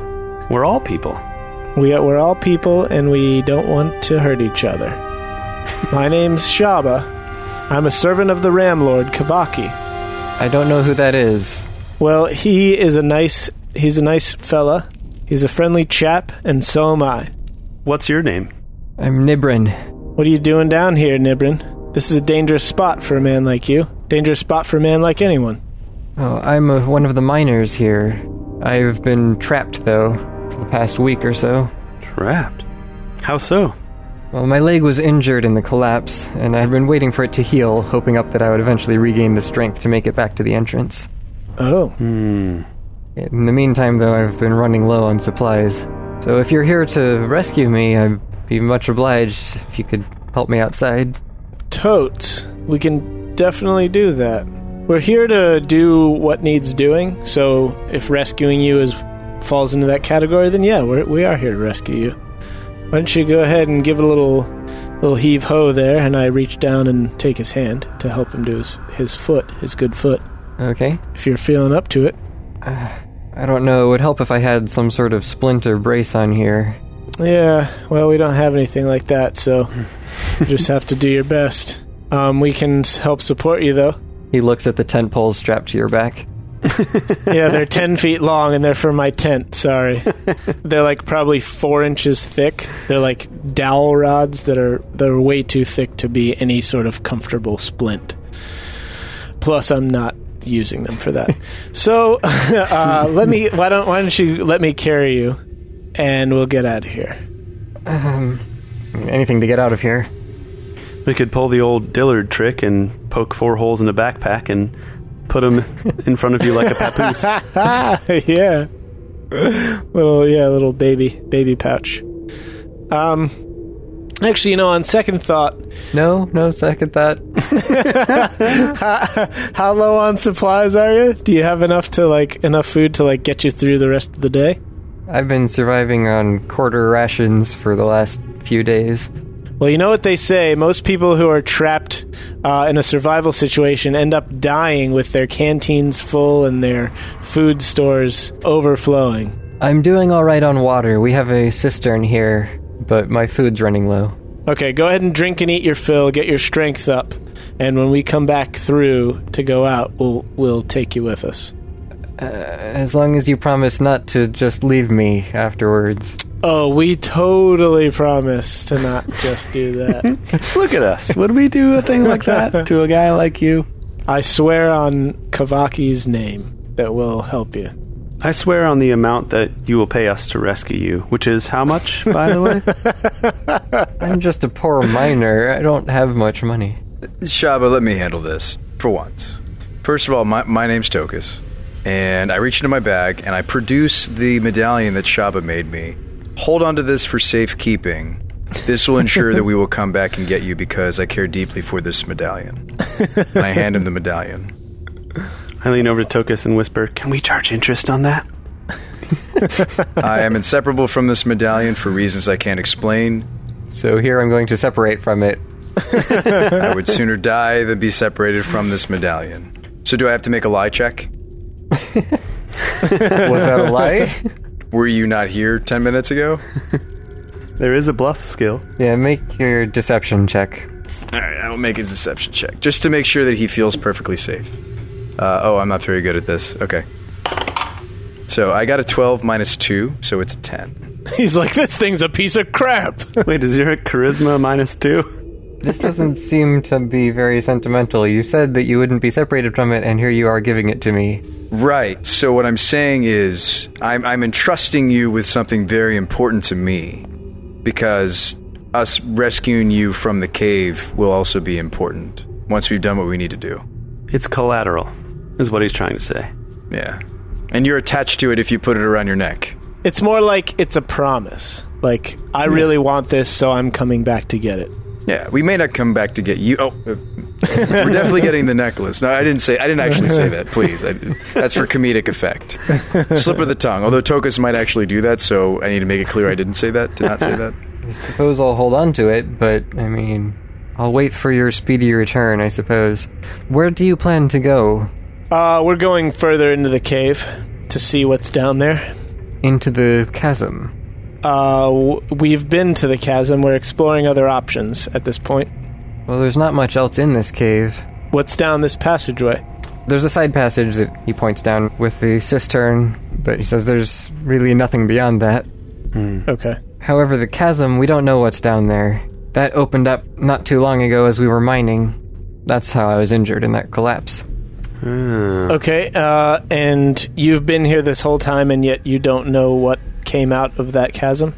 E: We're all people.
C: We are, we're all people and we don't want to hurt each other. My name's Shaba. I'm a servant of the Ram Lord Kavaki.
B: I don't know who that is.
C: Well, he is a nice he's a nice fella. He's a friendly chap and so am I.
E: What's your name?
B: I'm Nibrin.
C: What are you doing down here, Nibrin? This is a dangerous spot for a man like you. Dangerous spot for a man like anyone.
B: Oh, I'm uh one of the miners here. I've been trapped though for the past week or so.
E: Trapped. How so?
B: Well, my leg was injured in the collapse, and I had been waiting for it to heal, hoping up that I would eventually regain the strength to make it back to the entrance.
C: Oh.
B: In the meantime, though, I've been running low on supplies. So if you're here to rescue me, I'd be much obliged if you could help me outside.
C: Totes. We can definitely do that. We're here to do what needs doing, so if rescuing you is falls into that category, then yeah, we're, we are here to rescue you. Why don't you go ahead and give it a little little heave ho there, and I reach down and take his hand to help him do his, his foot, his good foot,
B: Okay?
C: if you're feeling up to it.
B: I don't know, it would help if I had some sort of splint or brace on here.
C: Yeah, well, we don't have anything like that, so you just have to do your best. Um, we can s- help support you, though.
B: He looks at the tent poles strapped to your back.
C: Yeah, they're 10 feet long and they're for my tent. Sorry. they're like probably four inches thick. They're like dowel rods that are they're way too thick to be any sort of comfortable splint. Plus, I'm not using them for that. so uh, let me. Why don't Why don't you let me carry you, and we'll get out of here.
B: Anything to get out of here.
E: We could pull the old Dillard trick and poke four holes in a backpack and put them in front of you like a papoose.
C: yeah. little yeah, little baby baby pouch. Um actually, you know, on second thought,
B: No, no second thought.
C: how low on supplies are you? Do you have enough to like enough food to like get you through the rest of the day?
B: I've been surviving on quarter rations for the last few days.
C: Well, you know what they say. Most people who are trapped uh, in a survival situation end up dying with their canteens full and their food stores overflowing.
B: I'm doing all right on water. We have a cistern here, but my food's running low.
C: Okay, go ahead and drink and eat your fill, get your strength up, and when we come back through to go out, we'll we'll take you with us.
B: As long as you promise not to just leave me afterwards.
C: Oh, we totally promise to not just do that.
E: Look at us. Would we do a thing like that to a guy like you?
C: I swear on Kavaki's name that we'll help you.
E: I swear on the amount that you will pay us to rescue you, which is how much, by the way?
B: I'm just a poor miner. I don't have much money.
D: Shaba, let me handle this for once. First of all, my, my name's Tokus, and I reach into my bag and I produce the medallion that Shaba made me. Hold on to this for safekeeping. This will ensure that we will come back and get you because I care deeply for this medallion. And I hand him the medallion.
E: I lean over to Tokus and whisper, Can we charge interest on that?
D: I am inseparable from this medallion for reasons I can't explain.
B: So here I'm going to separate from it.
D: I would sooner die than be separated from this medallion. So, do I have to make a lie check?
B: Was that a lie?
D: Were you not here 10 minutes ago?
E: There is a bluff skill.
B: yeah, make your deception check.
D: All right, I will make a deception check just to make sure that he feels perfectly safe. Uh, oh, I'm not very good at this. Okay. So I got a 12 minus 2, so it's a 10.
C: He's like, this thing's a piece of crap.
E: Wait, is your charisma minus two?
B: This doesn't seem to be very sentimental. You said that you wouldn't be separated from it, and here you are giving it to me.
D: Right. So what I'm saying is I'm, I'm entrusting you with something very important to me because us rescuing you from the cave will also be important once we've done what we need to do.
E: It's collateral, is what he's trying to say.
D: Yeah. And you're attached to it if you put it around your neck.
C: It's more like it's a promise. Like, I really want this, so I'm coming back to get it.
D: Yeah, we may not come back to get you. Oh, uh, we're definitely getting the necklace. No, I didn't say. I didn't actually say that. Please, I, that's for comedic effect. Slip of the tongue. Although Tokus might actually do that, so I need to make it clear I didn't say that. Did not say that.
B: Suppose I'll hold on to it, but I mean, I'll wait for your speedy return, I suppose. Where do you plan to go?
C: Uh, we're going further into the cave to see what's down there.
B: Into the chasm.
C: Uh, w- we've been to the chasm. We're exploring other options at this point.
B: Well, there's not much else in this cave.
C: What's down this passageway?
B: There's a side passage that he points down with the cistern, but he says there's really nothing beyond that.
C: Okay.
B: However, the chasm, we don't know what's down there. That opened up not too long ago as we were mining. That's how I was injured in that collapse.
C: Okay, uh, and you've been here this whole time, and yet you don't know what came out of that chasm?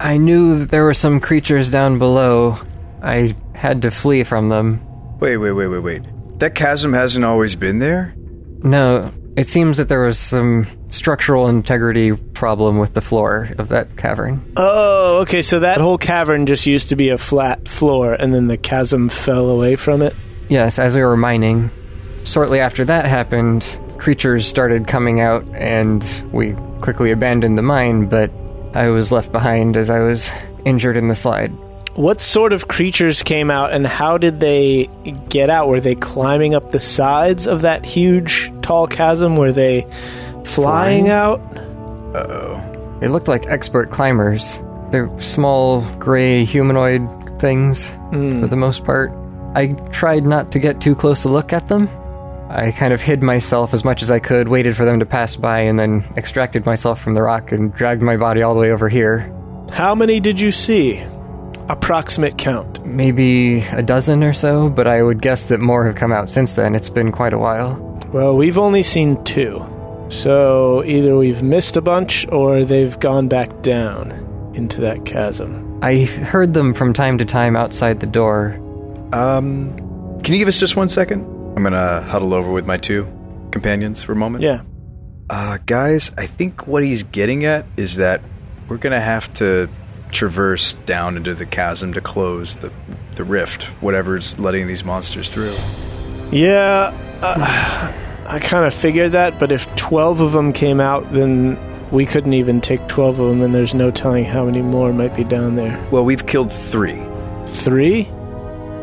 B: I knew that there were some creatures down below. I had to flee from them.
D: Wait, wait, wait, wait, wait. That chasm hasn't always been there.
B: No, it seems that there was some structural integrity problem with the floor of that cavern.
C: Oh, okay, so that whole cavern just used to be a flat floor, and then the chasm fell away from it?
B: Yes, as we were mining. Shortly after that happened, creatures started coming out and we quickly abandoned the mine, but I was left behind as I was injured in the slide.
C: What sort of creatures came out and how did they get out? Were they climbing up the sides of that huge, tall chasm? Were they flying, out?
B: They looked like expert climbers. They're small, gray, humanoid things for the most part. I tried not to get too close a look at them. I kind of hid myself as much as I could, waited for them to pass by, and then extracted myself from the rock and dragged my body all the way over here.
C: How many did you see? Approximate count.
B: Maybe a dozen or so, but I would guess that more have come out since then. It's been quite a while.
C: Well, we've only seen two. So either we've missed a bunch or they've gone back down. into that chasm.
B: I heard them from time to time outside the door.
D: Um, can you give us just one second? I'm gonna huddle over with my two companions for a moment.
C: Yeah.
D: Uh, guys, I think what he's getting at is that we're gonna have to traverse down into the chasm to close the the rift, whatever's letting these monsters through.
C: Yeah, uh, I kind of figured that, but if 12 of them came out, then we couldn't even take 12 of them, and there's no telling how many more might be down there.
D: Well, we've killed three.
C: Three?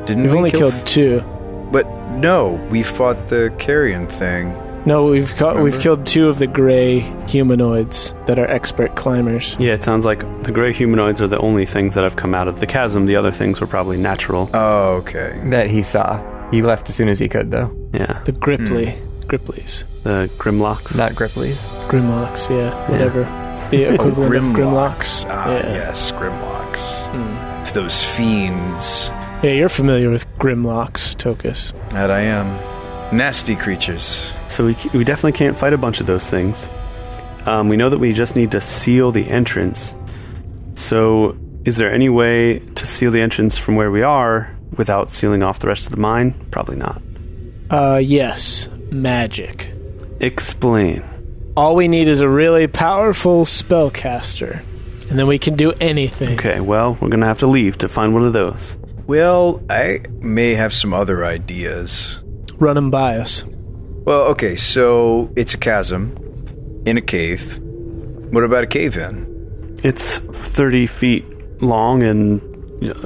D: Didn't
C: We've
D: we
C: only
D: kill
C: killed two.
D: But no, we fought the carrion thing.
C: No, we've ca- we've
D: Remember?
C: killed two of the gray humanoids that are expert climbers.
E: Yeah, it sounds like the gray humanoids are the only things that have come out of the chasm. The other things were probably natural.
D: Oh, okay.
B: That he saw. He left as soon as he could, though.
E: yeah,
C: The Gripply,
D: Hmm.
C: Griplies,
E: the Grimlocks.
B: Not Gripley's.
C: Grimlocks, yeah, whatever. The equivalent of Grimlocks.
D: Oh, Ah,
C: yeah. Hmm.
D: yes, Grimlocks. Those fiends.
C: yeah, you're familiar with Grimlocks, Tokus.
D: That I am. Nasty creatures.
E: So we, we definitely can't fight a bunch of those things. Um, we know that we just need to seal the entrance. So, is there any way to seal the entrance from where we are without sealing off the rest of the mine? Probably not.
C: Uh, yes, magic.
E: Explain.
C: All we need is a really powerful spellcaster, and then we can do anything.
E: Okay, well, we're gonna have to leave to find one of those.
D: Well, I may have some other ideas.
C: Run 'em by us.
D: Well, okay, so it's a chasm in a cave. What about a cave in?
E: It's 30 feet long and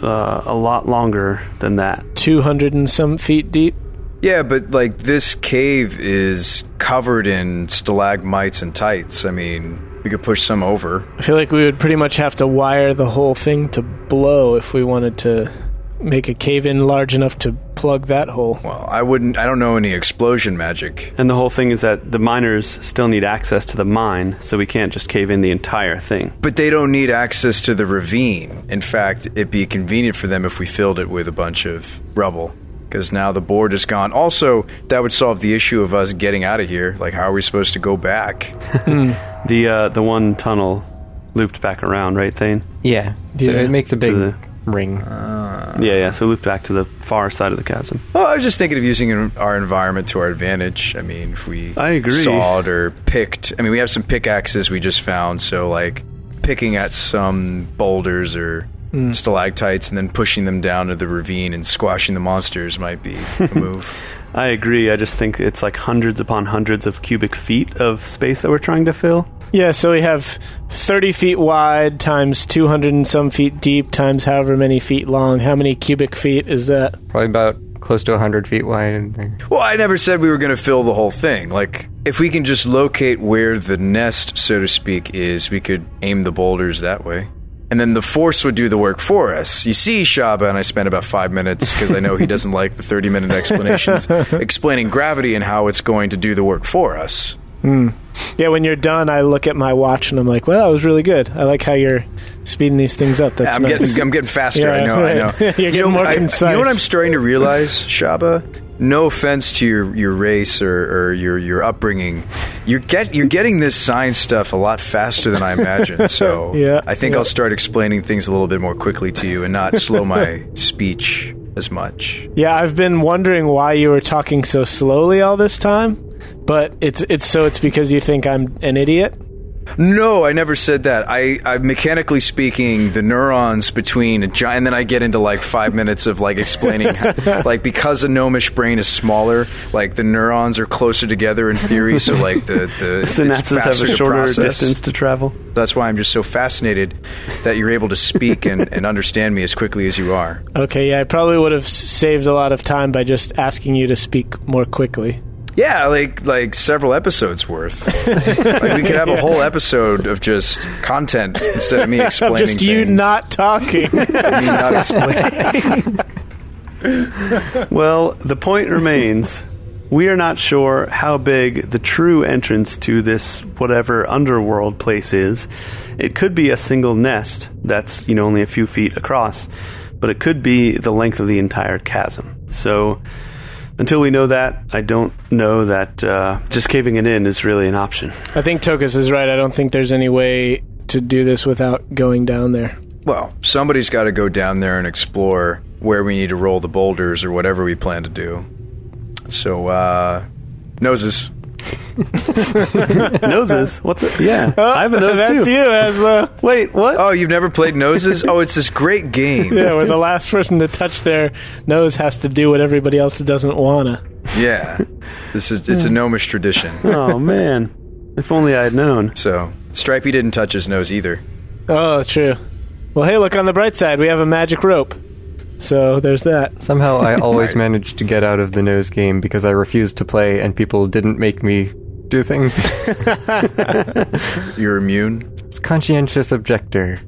E: uh, a lot longer than that.
C: Two hundred and some feet deep.
D: Yeah, but like this cave is covered in stalagmites and tights. I mean, we could push some over.
C: I feel like we would pretty much have to wire the whole thing to blow if we wanted to make a cave in large enough to plug that hole.
D: Well, I wouldn't. I don't know any explosion magic.
E: And the whole thing is that the miners still need access to the mine, so we can't just cave in the entire thing.
D: But they don't need access to the ravine. In fact, it'd be convenient for them if we filled it with a bunch of rubble. Because now the board is gone. Also, that would solve the issue of us getting out of here. Like, how are we supposed to go back?
E: The uh, the one tunnel looped back around, right, Thane?
B: Yeah. So
C: Yeah.
B: it makes a big
E: the-
B: ring.
E: Yeah, yeah. So looped back to the far side of the chasm.
D: Well, I was just thinking of using en- our environment to our advantage. I mean, if we
E: I agree.
D: sawed or picked. I mean, we have some pickaxes we just found. So, like, picking at some boulders or
E: Hmm.
D: stalactites and then pushing them down to the ravine and squashing the monsters might be a move.
E: I agree. I just think it's like hundreds upon hundreds of cubic feet of space that we're trying to fill.
C: Yeah, so we have 30 feet wide times 200 and some feet deep times however many feet long. How many cubic feet is that?
B: Probably about close to 100 feet wide.
D: Well, I never said we were going to fill the whole thing. Like, if we can just locate where the nest, so to speak, is, we could aim the boulders that way. And then the force would do the work for us. You see, Shaba and I spent about five minutes because I know he doesn't like the 30 minute explanations explaining gravity and how it's going to do the work for us.
C: Yeah, when you're done, I look at my watch and I'm like, well, that was really good. I like how you're speeding these things up. That's
D: I'm
C: nice.
D: getting I'm getting faster.
C: Yeah,
D: I know.
C: right.
D: I know.
C: You're
D: You
C: getting
D: know,
C: more
D: I-
C: concise.
D: You know what I'm starting to realize, Shaba. No offense to your, your race or, or your your upbringing, you're get you're getting this science stuff a lot faster than I imagined. So
C: Yeah,
D: I think
C: yeah.
D: I'll start explaining things a little bit more quickly to you and not slow my speech as much.
C: Yeah, I've been wondering why you were talking so slowly all this time, but it's it's so it's because you think I'm an idiot.
D: No, I never said that. I, I mechanically speaking, the neurons between a giant, and then I get into like five minutes of like explaining, how, like because a gnomish brain is smaller, like the neurons are closer together in theory, so like the, the it's
E: Synapses have
D: faster
E: a
D: to
E: shorter
D: process.
E: distance to travel.
D: That's why I'm just so fascinated that you're able to speak and, and understand me as quickly as you are.
C: Okay, yeah, I probably would have s- saved a lot of time by just asking you to speak more quickly.
D: Yeah, like like several episodes worth. like we could have a whole episode of just content instead of me explaining.
C: Just you
D: things,
C: not talking.
D: me not explaining.
E: Well, the point remains. We are not sure how big the true entrance to this whatever underworld place is. It could be a single nest that's, you know, only a few feet across, but it could be the length of the entire chasm. So until we know that, I don't know that uh, just caving it in is really an option.
C: I think Tokus is right. I don't think there's any way to do this without going down there.
D: Well, somebody's got to go down there and explore where we need to roll the boulders or whatever we plan to do. So, uh, noses.
E: Noses? What's it? Yeah, I have a nose
C: That's
E: too.
C: you, Aslo.
E: Wait, what?
D: Oh, you've never played noses? oh, it's this great game.
C: Yeah, where the last person to touch their nose has to do what everybody else doesn't wanna.
D: Yeah. This is it's a gnomish tradition.
E: oh man, if only I had known.
D: So, Stripey didn't touch his nose either.
C: Oh, true. Well, hey, look on the bright side. We have a magic rope. So there's that.
B: Somehow I always managed to get out of the nose game because I refused to play and people didn't make me do things.
D: You're immune.
B: It's conscientious objector.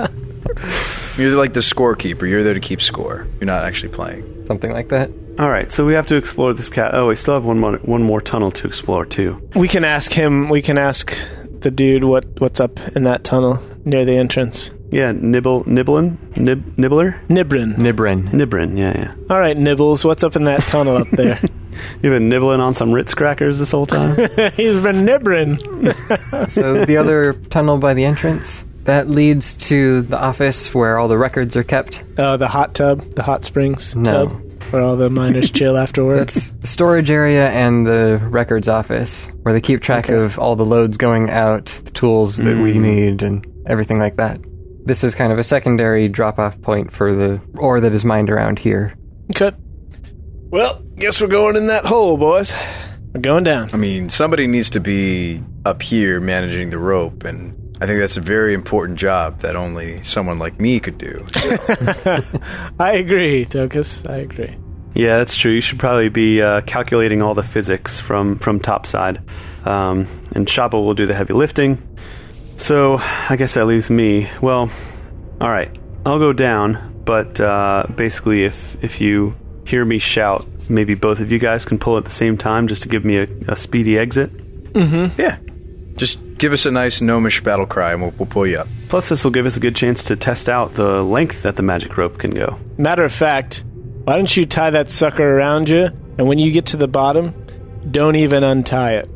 D: You're like the scorekeeper. You're there to keep score. You're not actually playing.
B: Something like that.
E: All right, so we have to explore this cat. Oh, we still have one more one more tunnel to explore too.
C: We can ask him. We can ask the dude what what's up in that tunnel near the entrance.
E: Yeah, nibble, nibblin, nib, nibbler,
C: Nibrin.
B: Nibrin.
E: nibrin. Yeah, yeah.
C: All right, Nibbles. What's up in that tunnel up there?
E: You've been nibbling on some Ritz crackers this whole time.
C: He's been nibbrin.
B: So the other tunnel by the entrance? That leads to the office where all the records are kept.
C: Uh, the hot tub, the hot springs
B: No.
C: tub, where all the miners chill after work.
B: That's the storage area and the records office where they keep track of all the loads going out, the tools that we need, and everything like that. This is kind of a secondary drop off point for the ore that is mined around here.
C: Okay. Well, guess we're going in that hole, boys. We're going down.
D: I mean, somebody needs to be up here managing the rope and I think that's a very important job that only someone like me could do.
C: I agree, Tokus. I agree.
E: yeah, that's true. You should probably be uh, calculating all the physics from from top side, um, and Shaba will do the heavy lifting. So I guess that leaves me. Well, all right, I'll go down. But uh, basically, if if you hear me shout, maybe both of you guys can pull at the same time just to give me a, a speedy exit.
D: yeah. Just give us a nice gnomish battle cry and we'll, we'll pull you up.
E: Plus, this will give us a good chance to test out the length that the magic rope can go.
C: Matter of fact, why don't you tie that sucker around you, and when you get to the bottom, don't even untie it.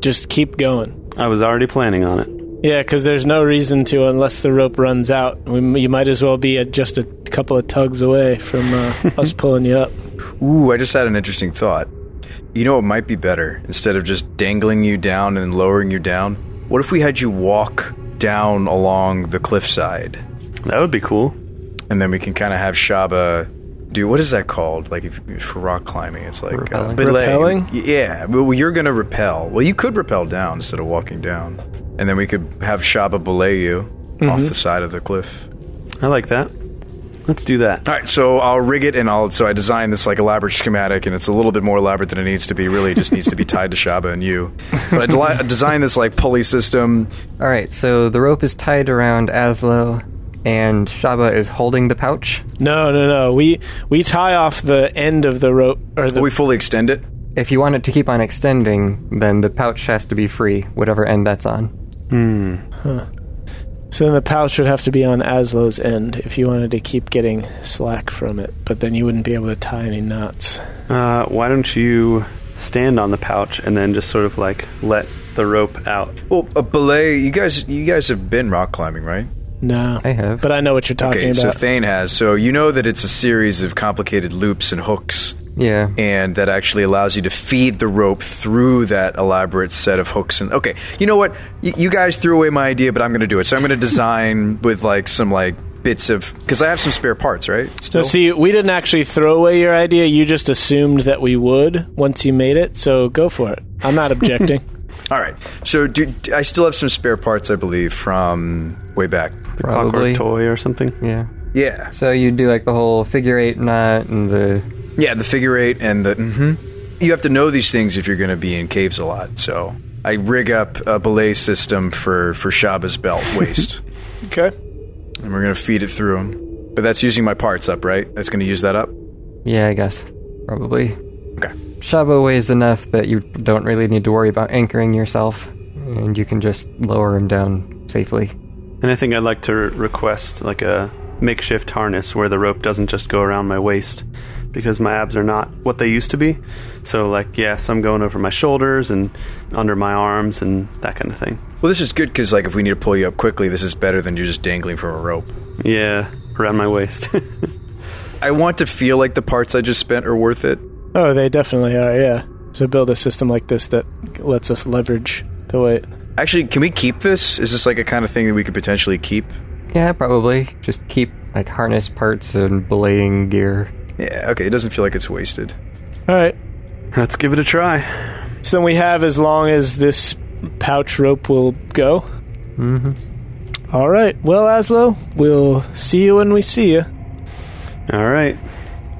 C: Just keep going.
E: I was already planning on it.
C: Yeah, because there's no reason to unless the rope runs out. We, you might as well be at just a couple of tugs away from uh, us pulling you up.
D: Ooh, I just had an interesting thought. You know what might be better? Instead of just dangling you down and lowering you down, what if we had you walk down along the cliffside?
E: That would be cool.
D: And then we can kind of have Shaba do what is that called? Like if, if for rock climbing, it's like
B: Rappelling.
D: belay.
C: Rappelling?
D: Yeah, well, you're gonna repel. Well, you could repel down instead of walking down, and then we could have Shaba belay you off the side of the cliff.
E: I like that. Let's do that.
D: All right, so I'll rig it, and I'll so I designed this like elaborate schematic, and it's a little bit more elaborate than it needs to be. Really, it just needs to be tied to Shaba and you. But I deli- I designed this like pulley system.
B: All right, so the rope is tied around Aslo, and Shaba is holding the pouch.
C: No, no, no. We we tie off the end of the rope or the
D: We fully extend it.
B: If you want it to keep on extending, then the pouch has to be free, whatever end that's on.
C: So then the pouch would have to be on Aslo's end if you wanted to keep getting slack from it, but then you wouldn't be able to tie any knots.
E: Uh, why don't you stand on the pouch and then just sort of like let the rope out?
D: Well, a belay. You guys, you guys have been rock climbing, right?
C: No.
B: I have.
C: But I know what you're talking
D: Okay, uh, so
C: about.
D: Thane has. So you know that it's a series of complicated loops and hooks,
B: Yeah.
D: and that actually allows you to feed the rope through that elaborate set of hooks. And okay, you know what? Y- you guys threw away my idea, but I'm going to do it. So I'm going to design with like some like bits of because I have some spare parts, right?
C: So
D: Still.
C: see, we didn't actually throw away your idea. You just assumed that we would once you made it. So go for it. I'm not objecting.
D: All right. So do, do- I still have some spare parts, I believe, from way back.
E: The clockwork
B: Probably.
E: toy or something?
B: Yeah.
D: Yeah,
B: So you do like the whole figure eight knot and the.
D: yeah. The figure eight and the. hmm You have to know these things if you're going to be in caves a lot. So. I rig up a belay system for for Shaba's belt waist.
C: okay.
D: and we're gonna feed it through him. But that's using my parts up, right? That's gonna use that up.
B: Yeah, I guess. Probably.
D: Okay.
B: Shaba weighs enough that you don't really need to worry about anchoring yourself, and you can just lower him down safely.
E: And I think I'd like to request like a makeshift harness where the rope doesn't just go around my waist, because my abs are not what they used to be. So, like, yeah, some going over my shoulders and under my arms and that kind of thing.
D: Well, this is good because, like, if we need to pull you up quickly, this is better than you just dangling from a rope.
E: Yeah, around my waist.
D: I want to feel like the parts I just spent are worth it.
C: Oh, they definitely are. Yeah. So build a system like this that lets us leverage the weight.
D: Actually, can we keep this? Is this like a kind of thing that we could potentially keep?
B: Yeah, probably. Just keep like harness parts and belaying gear.
D: Yeah, okay, it doesn't feel like it's wasted.
C: All right.
E: Let's give it a try.
C: So then we have as long as this pouch rope will go. Mm-hmm. All right. Well, Aslo, we'll see you when we see you.
E: All right.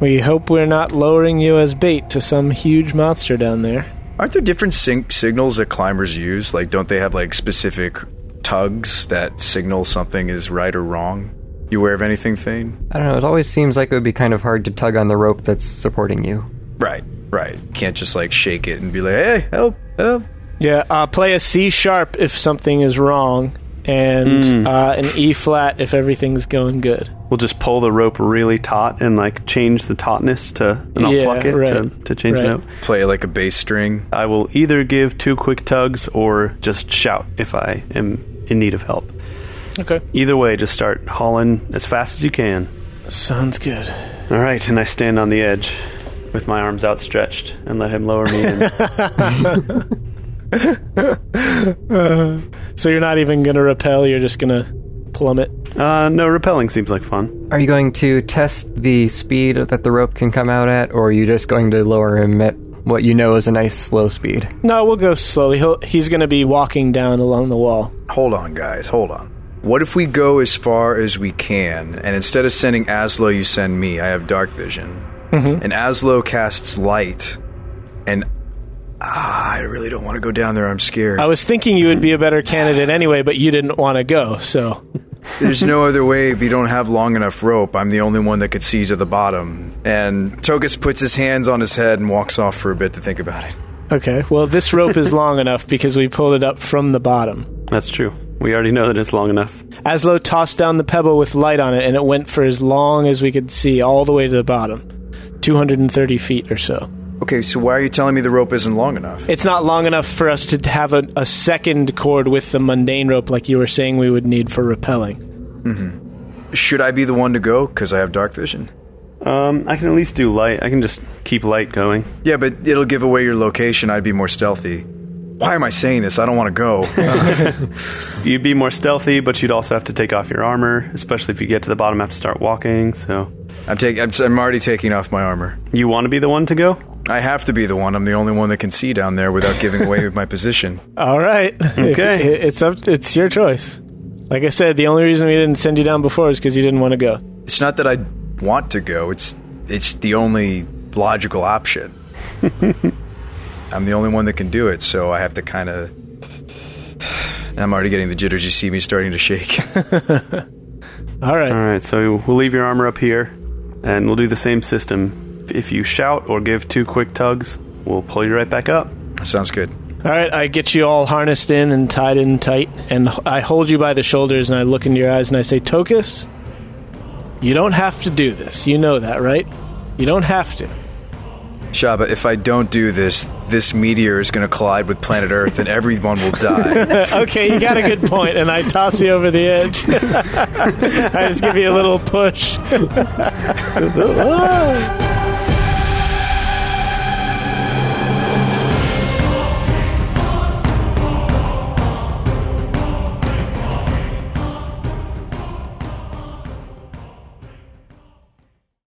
C: We hope we're not lowering you as bait to some huge monster down there.
D: Aren't there different sing- signals that climbers use? Like, don't they have like specific tugs that signal something is right or wrong? You aware of anything, Thane?
B: I don't know. It always seems like it would be kind of hard to tug on the rope that's supporting you.
D: Right, right. Can't just like shake it and be like, hey,
C: Oh,
D: help, help.
C: Yeah, uh, play a C sharp if something is wrong, and uh, an E flat if everything's going good.
E: We'll just pull the rope really taut and like change the tautness to, and I'll
C: Yeah,
E: pluck it to,
C: right,
E: to change it
C: right.
E: up.
D: Play like a bass string.
E: I will either give two quick tugs or just shout if I am in need of help.
C: Okay.
E: Either way, just start hauling as fast as you can.
C: Sounds good.
E: All right, and I stand on the edge with my arms outstretched and let him lower me in.
C: So you're not even going to repel, you're just going to plummet.
E: uh, no, repelling seems like fun.
B: Are you going to test the speed that the rope can come out at, or are you just going to lower him at what you know is a nice slow speed?
C: No, we'll go slowly. He'll, he's going to be walking down along the wall.
D: Hold on, guys, hold on. What if we go as far as we can, and instead of sending Aslo, you send me? I have dark vision.
C: Mm-hmm.
D: And Aslo casts light, and ah, I really don't want to go down there. I'm scared.
C: I was thinking you would be a better candidate anyway, but you didn't want to go, so.
D: There's no other way if you don't have long enough rope. I'm the only one that could see to the bottom. And Togus puts his hands on his head and walks off for a bit to think about it.
C: Okay, well, this rope is long enough because we pulled it up from the bottom.
E: That's true. We already know that it's long enough.
C: Aslo tossed down the pebble with light on it, and it went for as long as we could see, all the way to the bottom 230 feet or so.
D: Okay, so why are you telling me the rope isn't long enough?
C: It's not long enough for us to have a, a second cord with the mundane rope like you were saying we would need for rappelling.
D: Should I be the one to go because I have dark vision?
E: Um, I can at least do light. I can just keep light going.
D: Yeah, but it'll give away your location. I'd be more stealthy. Why am I saying this? I don't want to go.
E: You'd be more stealthy, but you'd also have to take off your armor, especially if you get to the bottom have to start walking. So,
D: I'm, take, I'm, I'm already taking off my armor.
E: you want to be the one to go?
D: I have to be the one. I'm the only one that can see down there without giving away my position.
C: All right. If-
E: Okay.
C: i- it's up. It's your choice. Like I said, the only reason we didn't send you down before is because you didn't want to go.
D: It's not that I want to go. It's it's the only logical option. I'm the only one that can do it, so I have to kind of. I'm already getting the jitters. You see me starting to shake.
C: All right.
E: All right, so we'll leave your armor up here, and we'll do the same system. If you shout or give two quick tugs, we'll pull you right back up.
D: Sounds good.
C: All right. I get you all harnessed in and tied in tight, and h- I hold you by the shoulders and I look into your eyes and I say, Tokus, you don't have to do this. You know that, right? You don't have to.
D: Shaba, if I don't do this, this meteor is going to collide with planet Earth and everyone will die.
C: Okay, you got a good point, and I toss you over the edge. I just give you a little push.